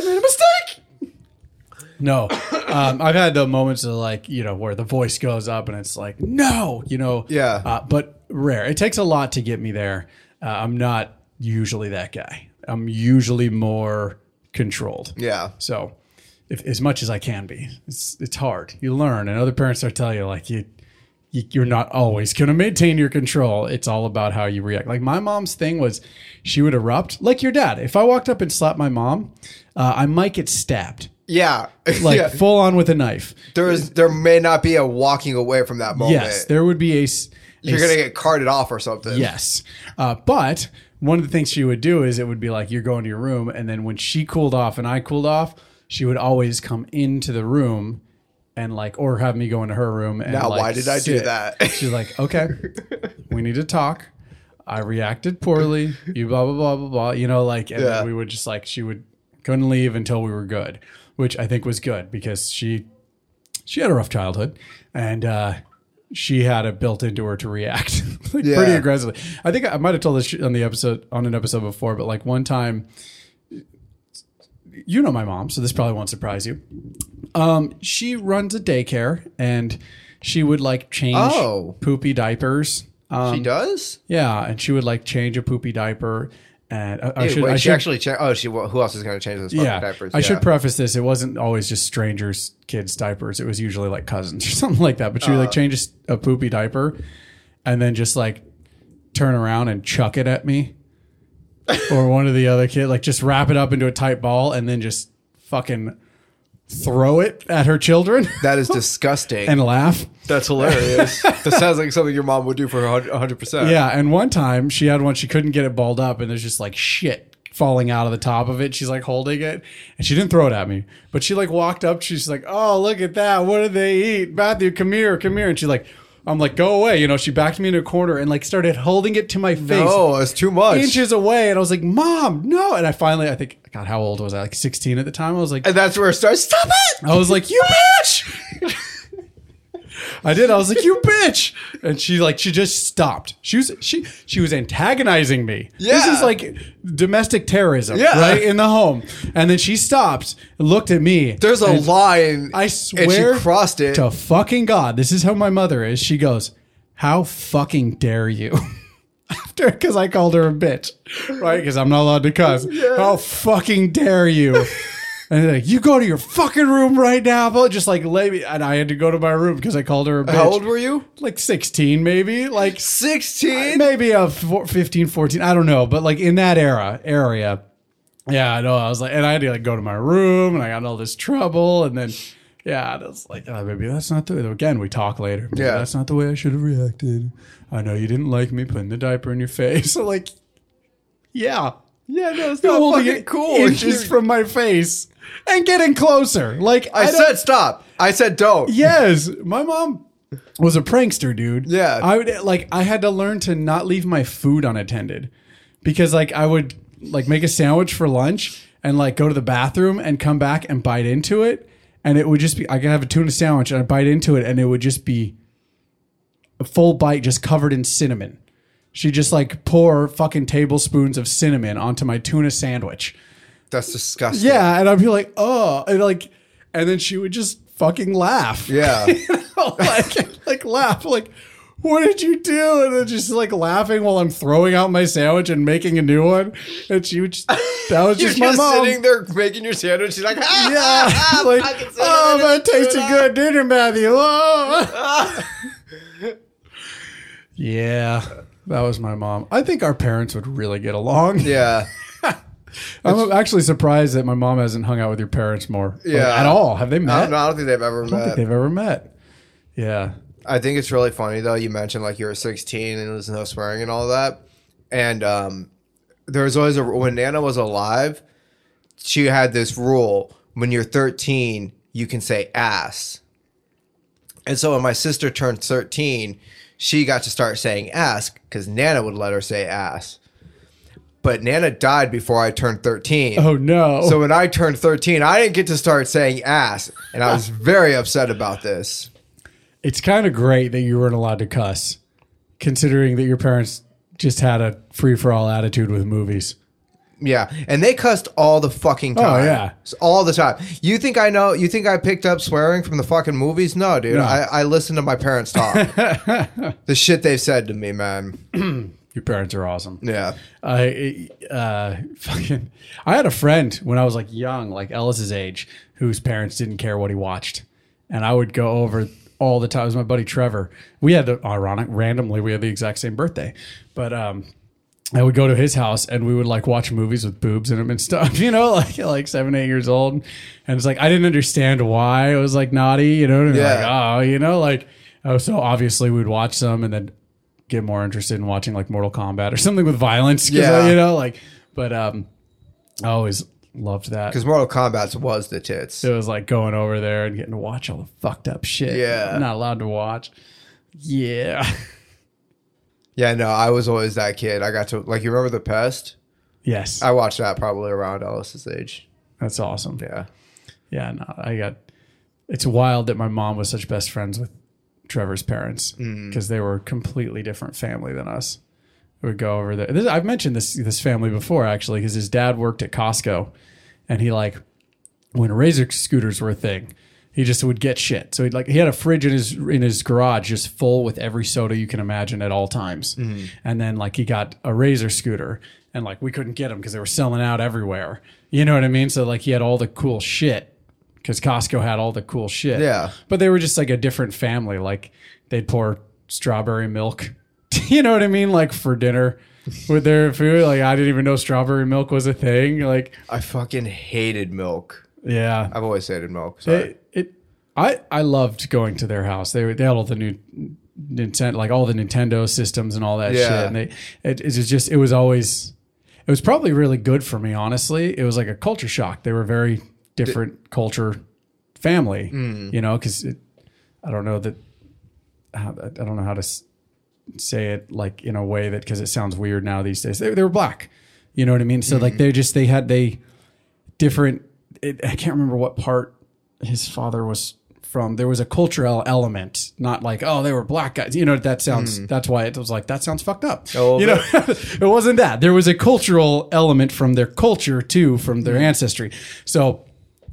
you made a mistake! No, um, I've had the moments of like you know where the voice goes up and it's like no, you know,
Yeah.
uh, but rare. It takes a lot to get me there. Uh, I'm not usually that guy. I'm usually more controlled.
yeah.
So, if, as much as I can be, it's it's hard. You learn, and other parents are telling you like you, you you're not always going to maintain your control. It's all about how you react. Like my mom's thing was, she would erupt like your dad. If I walked up and slapped my mom, uh, I might get stabbed
Yeah.
like
yeah.
full on with a knife.
There is. There may not be a walking away from that moment.
Yes, there would be a. s- a
You're gonna get carted off or something.
Yes. Uh, but one of the things she would do is it would be like, you're going to your room. And then when she cooled off and I cooled off, she would always come into the room and like, or have me go into her room. And
Now,
like,
why did I do
sit.
that?
She's like, okay, we need to talk. I reacted poorly. You blah, blah, blah, blah, blah. You know, like, and
Yeah.
then we would just like, she would, couldn't leave until we were good, which I think was good because she she had a rough childhood and uh, she had it built into her to react like
Yeah.
pretty aggressively. I think I might have told this sh- on the episode on an episode before, but like one time, you know my mom, so this probably won't surprise you. Um, she runs a daycare and she would like change
Oh.
poopy diapers. Um,
She does.
yeah, and she would like change a poopy diaper. And I, I
Dude,
should,
wait,
I
she
should
actually. Cha- oh, she. Who else is gonna change those fucking
yeah.
diapers?
I should
Yeah.
preface this. It wasn't always just strangers' kids' diapers. It was usually like cousins or something like that. But she would
Uh.
like change a s- a poopy diaper and then just like turn around and chuck it at me or one of the other kid, like just wrap it up into a tight ball and then just fucking throw it at her children
That is disgusting.
and laugh.
That's hilarious. that sounds like something your mom would do for 100%.
Yeah, and one time she had one she couldn't get it balled up, and there's just like shit falling out of the top of it. She's like holding it, and she didn't throw it at me, but she like walked up. She's like, "Oh, look at that! What did they eat? Matthew, come here, come here!" And she's like, "I'm like, go away!" You know, she backed me in a corner and like started holding it to my face.
No, it's too much.
Inches away, and I was like, "Mom, no!" And I finally, I think, God, how old was I? Like 16 at the time. I was like,
And that's where it starts. Stop it!
I was like, "You bitch!" I did. I was like, "You bitch!" And she like she just stopped. She was she she was antagonizing me. This is
Yeah.
like domestic terrorism,
Yeah.
right in the home. And then she stopped, and looked at me.
There's a
and
line.
I
And
swear
she crossed it.
to fucking God, this is how my mother is. She goes, "How fucking dare you?" After, because I called her a bitch, right? Because I'm not allowed to cuss. How fucking dare you? And they're like, you go to your fucking room right now. But just like, let me. And I had to go to my room because I called her a bitch.
How old were you?
Like 16, maybe. Like
16?
maybe a four, 15 14 i don't know but like in that era area yeah i know i was like and i had to like go to my room and i got in all this trouble and then yeah and I was like oh, maybe that's not the way again we talk later Maybe
Yeah.
that's not the way i should have reacted i know you didn't like me putting the diaper in your face so like yeah
Yeah, no, it's
You're
not
holding
fucking
it
cool.
inches
You-
from my face and getting closer like
I,
don't-
said stop. I said don't.
Yes, my mom was a prankster, dude.
Yeah.
I would like I had to learn to not leave my food unattended because like I would like make a sandwich for lunch and like go to the bathroom and come back and bite into it and it would just be I could have a tuna sandwich and I bite into it and it would just be a full bite just covered in cinnamon. She just like pour fucking tablespoons of cinnamon onto my tuna sandwich.
That's disgusting.
Yeah, and I'd be like, oh, and like, and then she would just fucking laugh.
Yeah.
like, like laugh, like, what did you do? And then just like laughing while I'm throwing out my sandwich and making a new one. And she would just, that was
You're
just my
just
mom.
sitting there making your sandwich. She's like, ah,
yeah, like,
fucking cinnamon
oh, that
and tuna."
tasted good, didn't it, Matthew? Oh. yeah, that was my mom. I think our parents would really get along.
Yeah.
I'm actually surprised that my mom hasn't hung out with your parents more. like,
Yeah.
at all. Have they met?
I don't, know, I don't think they've ever
I don't
met.
think they've ever met. Yeah.
I think it's really funny though. You mentioned like you were 16 and there was no swearing and all that, and um, there was always a when Nana was alive, she had this rule: when you're 13, you can say ass. And so when my sister turned 13, she got to start saying ass because Nana would let her say ass. But Nana died before I turned 13.
Oh no.
So when I turned 13, I didn't get to start saying ass, and I was very upset about this.
it's kind of great that you weren't allowed to cuss, considering that your parents just had a free for all attitude with movies.
Yeah, and they cussed all the fucking time.
yeah.
S- all the time. You think I know? You think I picked up swearing from the fucking movies? No, dude.
No.
I, I listen to my parents talk. the shit they've said to me, man.
Your parents are awesome.
Yeah,
I uh, fucking, I had a friend when I was like young, like Ellis's age, whose parents didn't care what he watched, and I would go over all the time. It was my buddy Trevor. We had the ironic, randomly, we had the exact same birthday, but um, I would go to his house and we would like watch movies with boobs in them and stuff, you know, like like seven, eight years old. And it's like I didn't understand why it was like naughty, you know what I mean?
Yeah.
Like, oh, you know, like oh, so obviously we'd watch some and then get more interested in watching like Mortal Kombat or something with violence. 'cause,
Yeah.
you know, like but um I always loved that.
because Mortal Kombat was the tits.
It was like going over there and getting to watch all the fucked up shit.
Yeah.
Not allowed to watch. Yeah.
Yeah, no, I was always that kid. I got to like you remember the pest?
yes.
I watched that probably around Ellis's age.
That's awesome.
Yeah,
Yeah, no, I got. It's wild that my mom was such best friends with Trevor's parents
Mm.
because they were a completely different family than us. We would go over there. This, I've mentioned this this family before actually because his dad worked at Costco, and he like when razor scooters were a thing, he just would get shit. So he'd like he had a fridge in his in his garage just full with every soda you can imagine at all times. And then like he got a razor scooter and like we couldn't get him because they were selling out everywhere. You know what I mean? So like he had all the cool shit because Costco had all the cool shit.
Yeah.
But they were just like a different family. Like they'd pour strawberry milk. You know what I mean? Like for dinner with their food. Like I didn't even know strawberry milk was a thing. Like
I fucking hated milk.
Yeah.
I've always hated milk. Sorry.
It, it I I loved going to their house. They they had all the new Nintendo like all the Nintendo systems and all that
Yeah.
shit. And they it, it was just it was always it was probably really good for me, honestly. It was like a culture shock. They were very different culture family, you know, because I don't know that how- I don't know how to s- say it like in a way that because it sounds weird now these days. They, they were black, you know what I mean. So
Mm-hmm.
like they just they had they different. It, I can't remember what part his father was from. There was a cultural element, not like oh they were black guys. You know that sounds. That's why it was like that sounds fucked up.
Mm-hmm. Oh,
you know, it wasn't that. There was a cultural element from their culture too, from their
Mm-hmm.
ancestry. So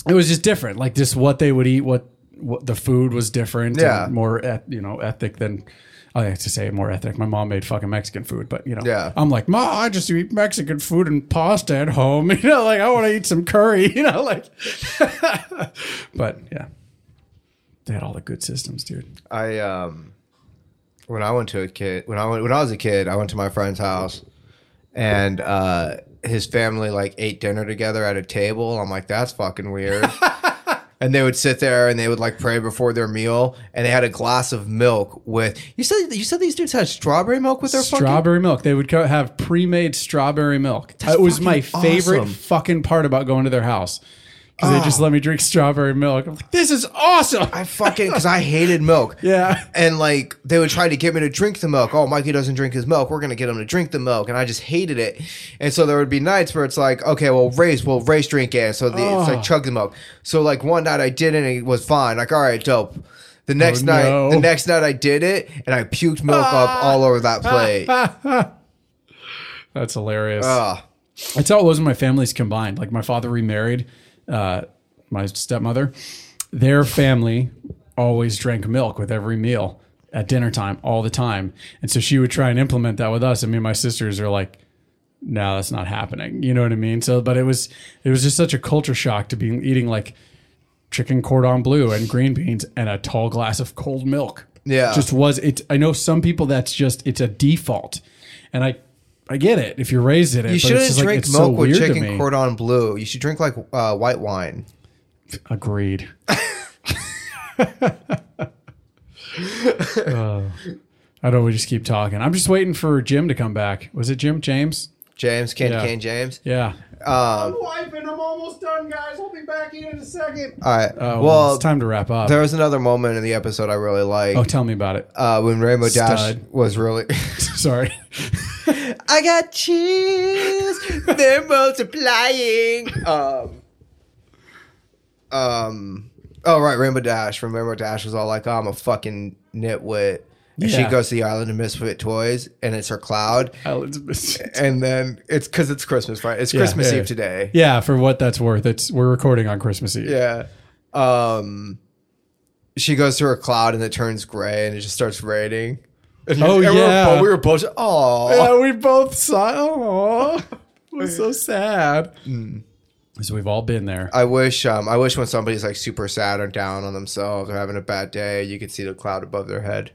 it was just different. Like just what they would eat, what, what the food was different. and
Yeah.
more eth- you know ethnic than. I have to say more ethnic. My mom made fucking Mexican food, but you know,
Yeah.
I'm like, Ma, I just eat Mexican food and pasta at home. You know, like I want to eat some curry. You know, like, but yeah, they had all the good systems, dude.
I um when I went to a kid when I went when I was a kid, I went to my friend's house and uh his family like ate dinner together at a table. I'm like, that's fucking weird. and they would sit there and they would like pray before their meal and they had a glass of milk with you said you said these dudes had strawberry milk with their fucking
Strawberry milk. They would co- have pre-made strawberry milk. That was my
fucking
favorite
awesome.
fucking part about going to their house because they just let me drink strawberry milk. I'm like, this is awesome.
I fucking because I hated milk.
yeah.
And like they would try to get me to drink the milk. Oh, Mikey doesn't drink his milk. We're gonna get him to drink the milk, and I just hated it. And so there would be nights where it's like, okay, well, race, well, race drink it. And so the, it's like chug the milk. So like one night I did it and it was fine. Like all right, dope. The next night,
no.
the next night I did it and I puked milk up all over that plate. Ah.
That's hilarious.
Ugh.
That's how it was when my families combined. Like my father remarried, uh, my stepmother, their family always drank milk with every meal at dinner time, all the time. And so she would try and implement that with us. And me and my sisters are like, no, that's not happening. You know what I mean? So, but it was, it was just such a culture shock to be eating like chicken cordon bleu and green beans and a tall glass of cold milk.
Yeah.
Just was it. I know some people that's just, it's a default. And I, I get it if you're raised in it.
you
but it's
shouldn't
just like,
drink
it's
milk
so
with
weird to
chicken
me.
cordon bleu. You should drink like uh, white wine.
Agreed. Oh. I know we just keep talking. I'm just waiting for Jim to come back. Was it Jim James?
James, Candy
Yeah.
Cane James.
Yeah.
Um,
Wiping. I'm almost done, guys. We'll be back in a second.
all right.
Oh, well,
well,
it's time to wrap up.
there was another moment in the episode I really liked.
oh, tell me about it.
uh, when Rainbow Dash
Stud.
was really.
Sorry.
I got chills. They're multiplying. Um. Um. Oh right, Rainbow Dash. When Rainbow Dash was all like, oh, "I'm a fucking nitwit," and she
Yeah.
goes to the island of misfit toys, and it's her cloud. And then it's because it's Christmas, right? It's Christmas
yeah.
Eve today.
yeah, for what that's worth, it's we're recording on Christmas Eve.
Yeah. Um. She goes through a cloud and it turns gray and it just starts raining. And
Oh,
and we were
yeah.
bo- we were both. Oh,
Yeah, we both saw. Oh, it was so sad.
Mm.
So we've all been there.
I wish um I wish when somebody's like super sad or down on themselves or having a bad day, you could see the cloud above their head.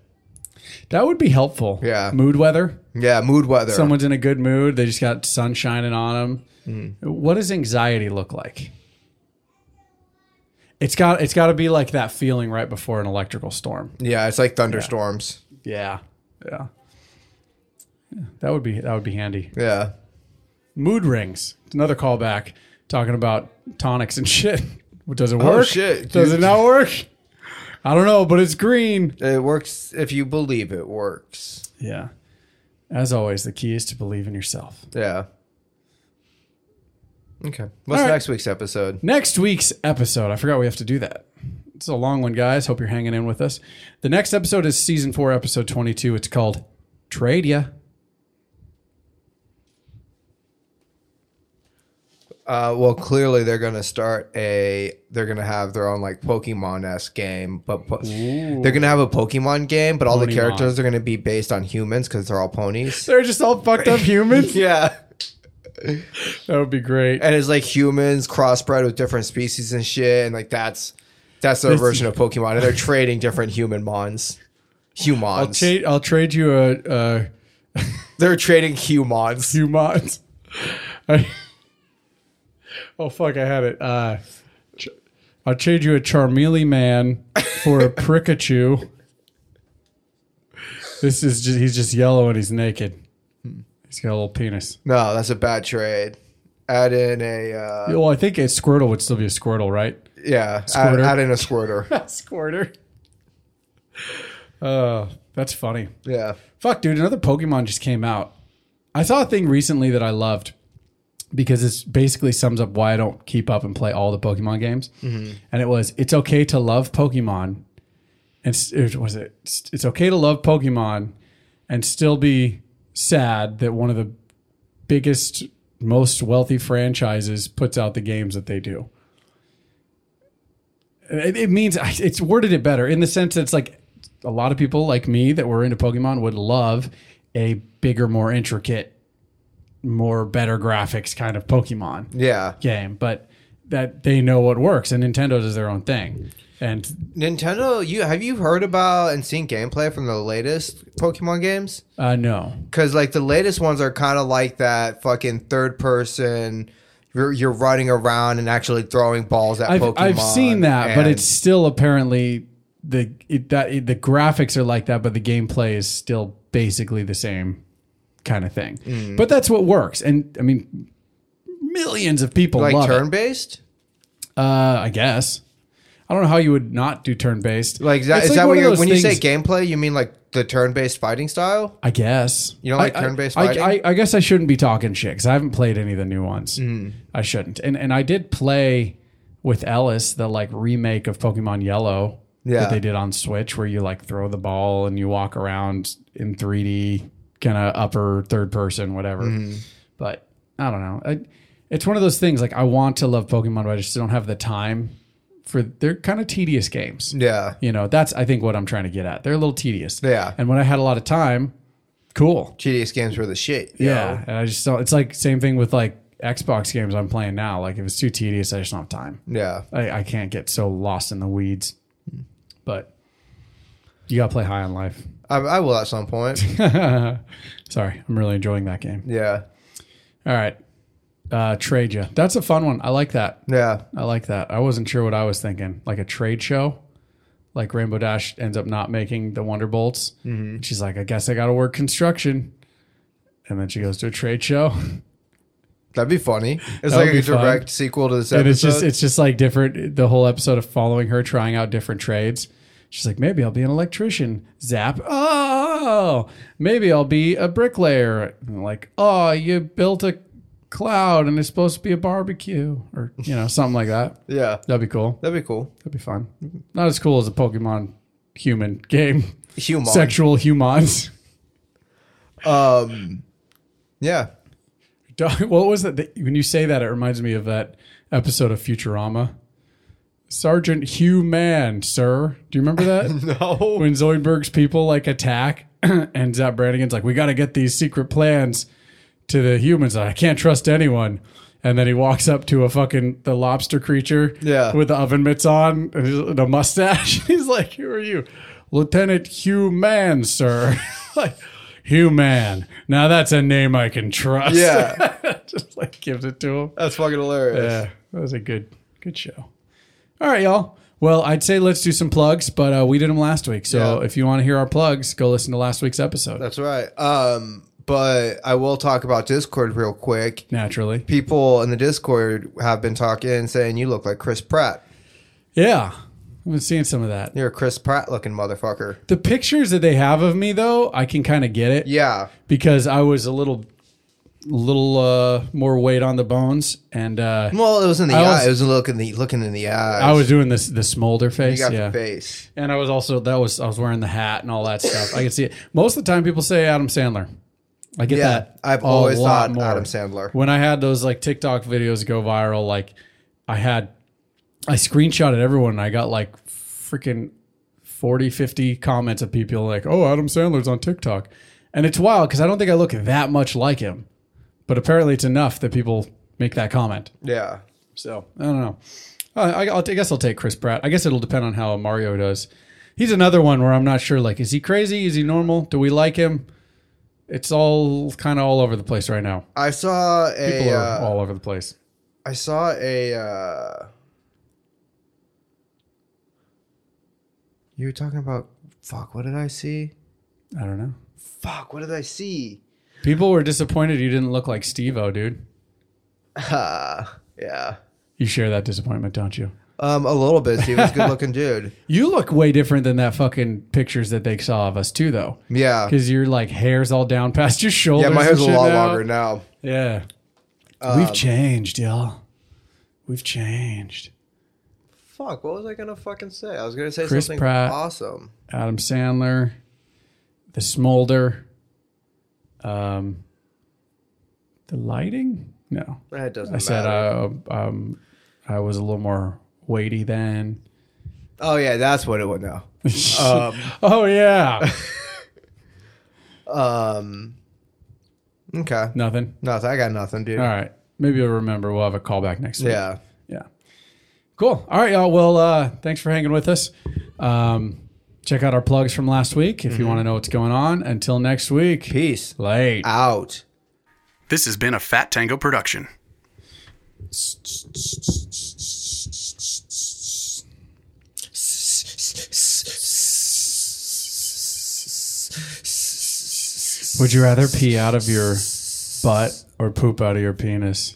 That would be helpful.
Yeah.
Mood weather.
Yeah, mood weather.
Someone's in a good mood. They just got sun shining on them.
Mm.
What does anxiety look like? It's got it's got to be like that feeling right before an electrical storm.
yeah, it's like thunderstorms.
Yeah. Yeah. That would be that would be handy.
Yeah.
Mood rings. It's Another callback talking about tonics and shit. Does it work?
Oh, shit,
Does
dude.
it not work? I don't know, but it's green.
It works if you believe it works.
Yeah. As always, the key is to believe in yourself.
Yeah. Okay. What's
All right.
next week's episode?
Next week's episode, I forgot we have to do that. It's a long one, guys. Hope you're hanging in with us. The next episode is season four, episode 22. It's called Trade Ya.
Uh, well, clearly they're gonna start a. They're gonna have their own like Pokemon esque game, but po- they're gonna have a Pokemon game, but all the
Ponymon.
characters are gonna be based on humans because they're all ponies.
They're just all fucked up humans.
yeah.
That would be great.
and it's like humans crossbred with different species and shit, and like that's that's their version of Pokemon, and they're trading different human mons,
I'll,
humans.
trade. I'll trade you a, a
they're trading humans.
humans. I- oh, fuck. I had it. Uh, tr- I trade you a Charmealy man for a Prikachu. This is just, he's just yellow and he's naked. He's got a little penis.
No, that's a bad trade. Add in a uh,
Well, I think a Squirtle would still be a Squirtle, right?
yeah. Add,
Squirter.
add in a squirter.
Squirter. Uh, that's funny.
yeah.
Fuck, dude, another Pokemon just came out. I saw a thing recently that I loved because it's basically sums up why I don't keep up and play all the Pokemon games. And it was, it's okay to love Pokemon. And s- it was it, it's okay to love Pokemon and still be sad that one of the biggest, most wealthy franchises puts out the games that they do. It, it means it's worded it better in the sense that it's like a lot of people like me that were into Pokemon would love a bigger, more intricate, more better graphics kind of Pokemon
Yeah.
game, but that they know what works and Nintendo does their own thing. And
Nintendo, you have you heard about and seen gameplay from the latest Pokemon games?
uh no.
Because like the latest ones are kind of like that fucking third person. You're, you're running around and actually throwing balls at
I've,
Pokemon.
I've seen that, but
and-
it's still apparently the it, that it, the graphics are like that, but the gameplay is still basically the same kind of thing.
Mm.
But that's what works, and I mean, millions of people
like
love it.
turn based.
Uh, I guess I don't know how you would not do turn based.
Like is that, is that
one
what
of
you're,
those
when you say
things-
gameplay, you mean like the turn based fighting style?
I guess
You don't like
I- I-
turn-based
I,
fighting?
I, I guess I shouldn't be talking shit because I haven't played any of the new ones.
Hmm.
I shouldn't, and and I did play with Ellis the like remake of Pokemon Yellow
Yeah.
that they did on Switch, where you like throw the ball and you walk around in 3D, kind of upper third person, whatever.
Hmm.
But I don't know. I, it's one of those things like I want to love Pokemon, but I just don't have the time for. They're kind of tedious games.
Yeah.
You know, that's I think what I'm trying to get at. They're a little tedious.
Yeah.
And when I had a lot of time, cool.
GDS games were the shit. yo.
Yeah. And I just don't it's like same thing with like Xbox games I'm playing now. Like if it's too tedious, I just don't have time.
Yeah.
I, I can't get so lost in the weeds. But you gotta play high on life.
I, I will at some point.
Sorry, I'm really enjoying that game.
yeah.
All right. Uh trade ya. That's a fun one. I like that.
Yeah.
I like that. I wasn't sure what I was thinking. Like a trade show, like Rainbow Dash ends up not making the Wonder Bolts. She's like, I guess I got to work construction. And then she goes to a trade show,
That'd be funny. It's
That would
like a
be fun.
direct sequel to this episode.
and it's just it's just like different. The whole episode of following her trying out different trades. She's like, maybe I'll be an electrician. Zap. Oh, maybe I'll be a bricklayer. And like, oh, you built a cloud and it's supposed to be a barbecue, or you know, something like that.
yeah.
That'd be cool.
That'd be cool.
That'd be fun. Not as cool as a Pokemon human game.
Human.
Sexual humans.
Um, yeah.
Dog- what was that? that- When you say that, it reminds me of that episode of Futurama. Sergeant Hugh Man, sir. Do you remember that?
No.
When Zoidberg's people like attack and Zap Brannigan's like, we got to get these secret plans to the humans. I can't trust anyone. And then he walks up to a fucking the lobster creature
Yeah.
with the oven mitts on and his- and a mustache. He's like, who are you? Lieutenant Hugh Man, sir. like, Hugh Man. Now that's a name I can trust.
Yeah.
Just like gives it to him.
That's fucking hilarious.
Yeah, Uh, that was a good good show. All right, y'all. Well, I'd say let's do some plugs, but uh, we did them last week. So
Yeah.
if you want to hear our plugs, go listen to last week's episode.
That's right. Um, but I will talk about Discord real quick.
Naturally,
People in the Discord have been talking and saying you look like Chris Pratt.
yeah, I've been seeing some of that.
You're a Chris Pratt looking motherfucker.
The pictures that they have of me, though, I can kind of get it
Yeah.
because I was a little, little uh, more weight on the bones, and uh,
Well, it was in the
I
eye.
was-
it was looking the looking in the eyes.
I was doing this the smolder
You
face.
got
yeah,
the face.
and I was also that was I was wearing the hat and all that stuff. I can see it. Most of the time, people say Adam Sandler. I get
Yeah,
that.
I've
a
always
lot
thought Adam Sandler.
When I had those like TikTok videos go viral, like I had, I screenshotted everyone and I got like freaking 40, 50 comments of people like, oh, Adam Sandler's on TikTok. And it's wild because I don't think I look that much like him, but apparently it's enough that people make that comment.
Yeah.
So I don't know. I, I, I'll, I guess I'll take Chris Pratt. I guess it'll depend on how Mario does. He's another one where I'm not sure. Like, is he crazy? Is he normal? Do we like him? It's all kind of all over the place right now.
I saw
People
a
are
uh,
all over the place.
I saw a uh, You were talking about fuck. What did I see?
I don't know.
Fuck. What did I see?
People were disappointed you didn't look like Steve O, dude.
Ah, yeah.
You share that disappointment, don't you?
Um, a little bit. Steve was a good looking dude.
You look way different than that fucking pictures that they saw of us too, though.
Yeah.
Because your like hair's all down past your shoulders.
Yeah, my hair's a
and shit
lot
now.
longer now. Um,
Yeah. We've changed, y'all. We've changed.
Fuck, what was I gonna fucking say? I was gonna say
Chris
something
Pratt.
awesome.
Adam Sandler, the smolder, um, the lighting. No,
That doesn't
I said
matter.
uh, um, I was a little more weighty then.
oh yeah, that's what it was now.
oh yeah,
Um Okay.
nothing.
Nothing. I got nothing, dude.
All right, maybe you'll remember. We'll have a callback next week.
Yeah.
Yeah. Cool. All right, y'all. Well, uh, thanks for hanging with us. Um, check out our plugs from last week if you want to know what's going on. Until next week.
Mm-hmm. Peace.
Late.
Out.
This has been a Fat Tango production.
Would you rather pee out of your butt or poop out of your penis?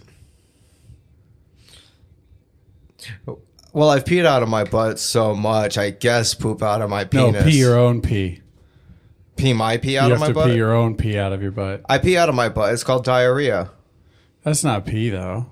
Well, I've peed out of my butt so much, I guess poop out of my
No,
penis.
pee your own pee.
Pee my pee out
you
of my
have to
butt.
pee your own pee out of your butt.
I pee out of my butt. It's called diarrhea.
That's not pee though.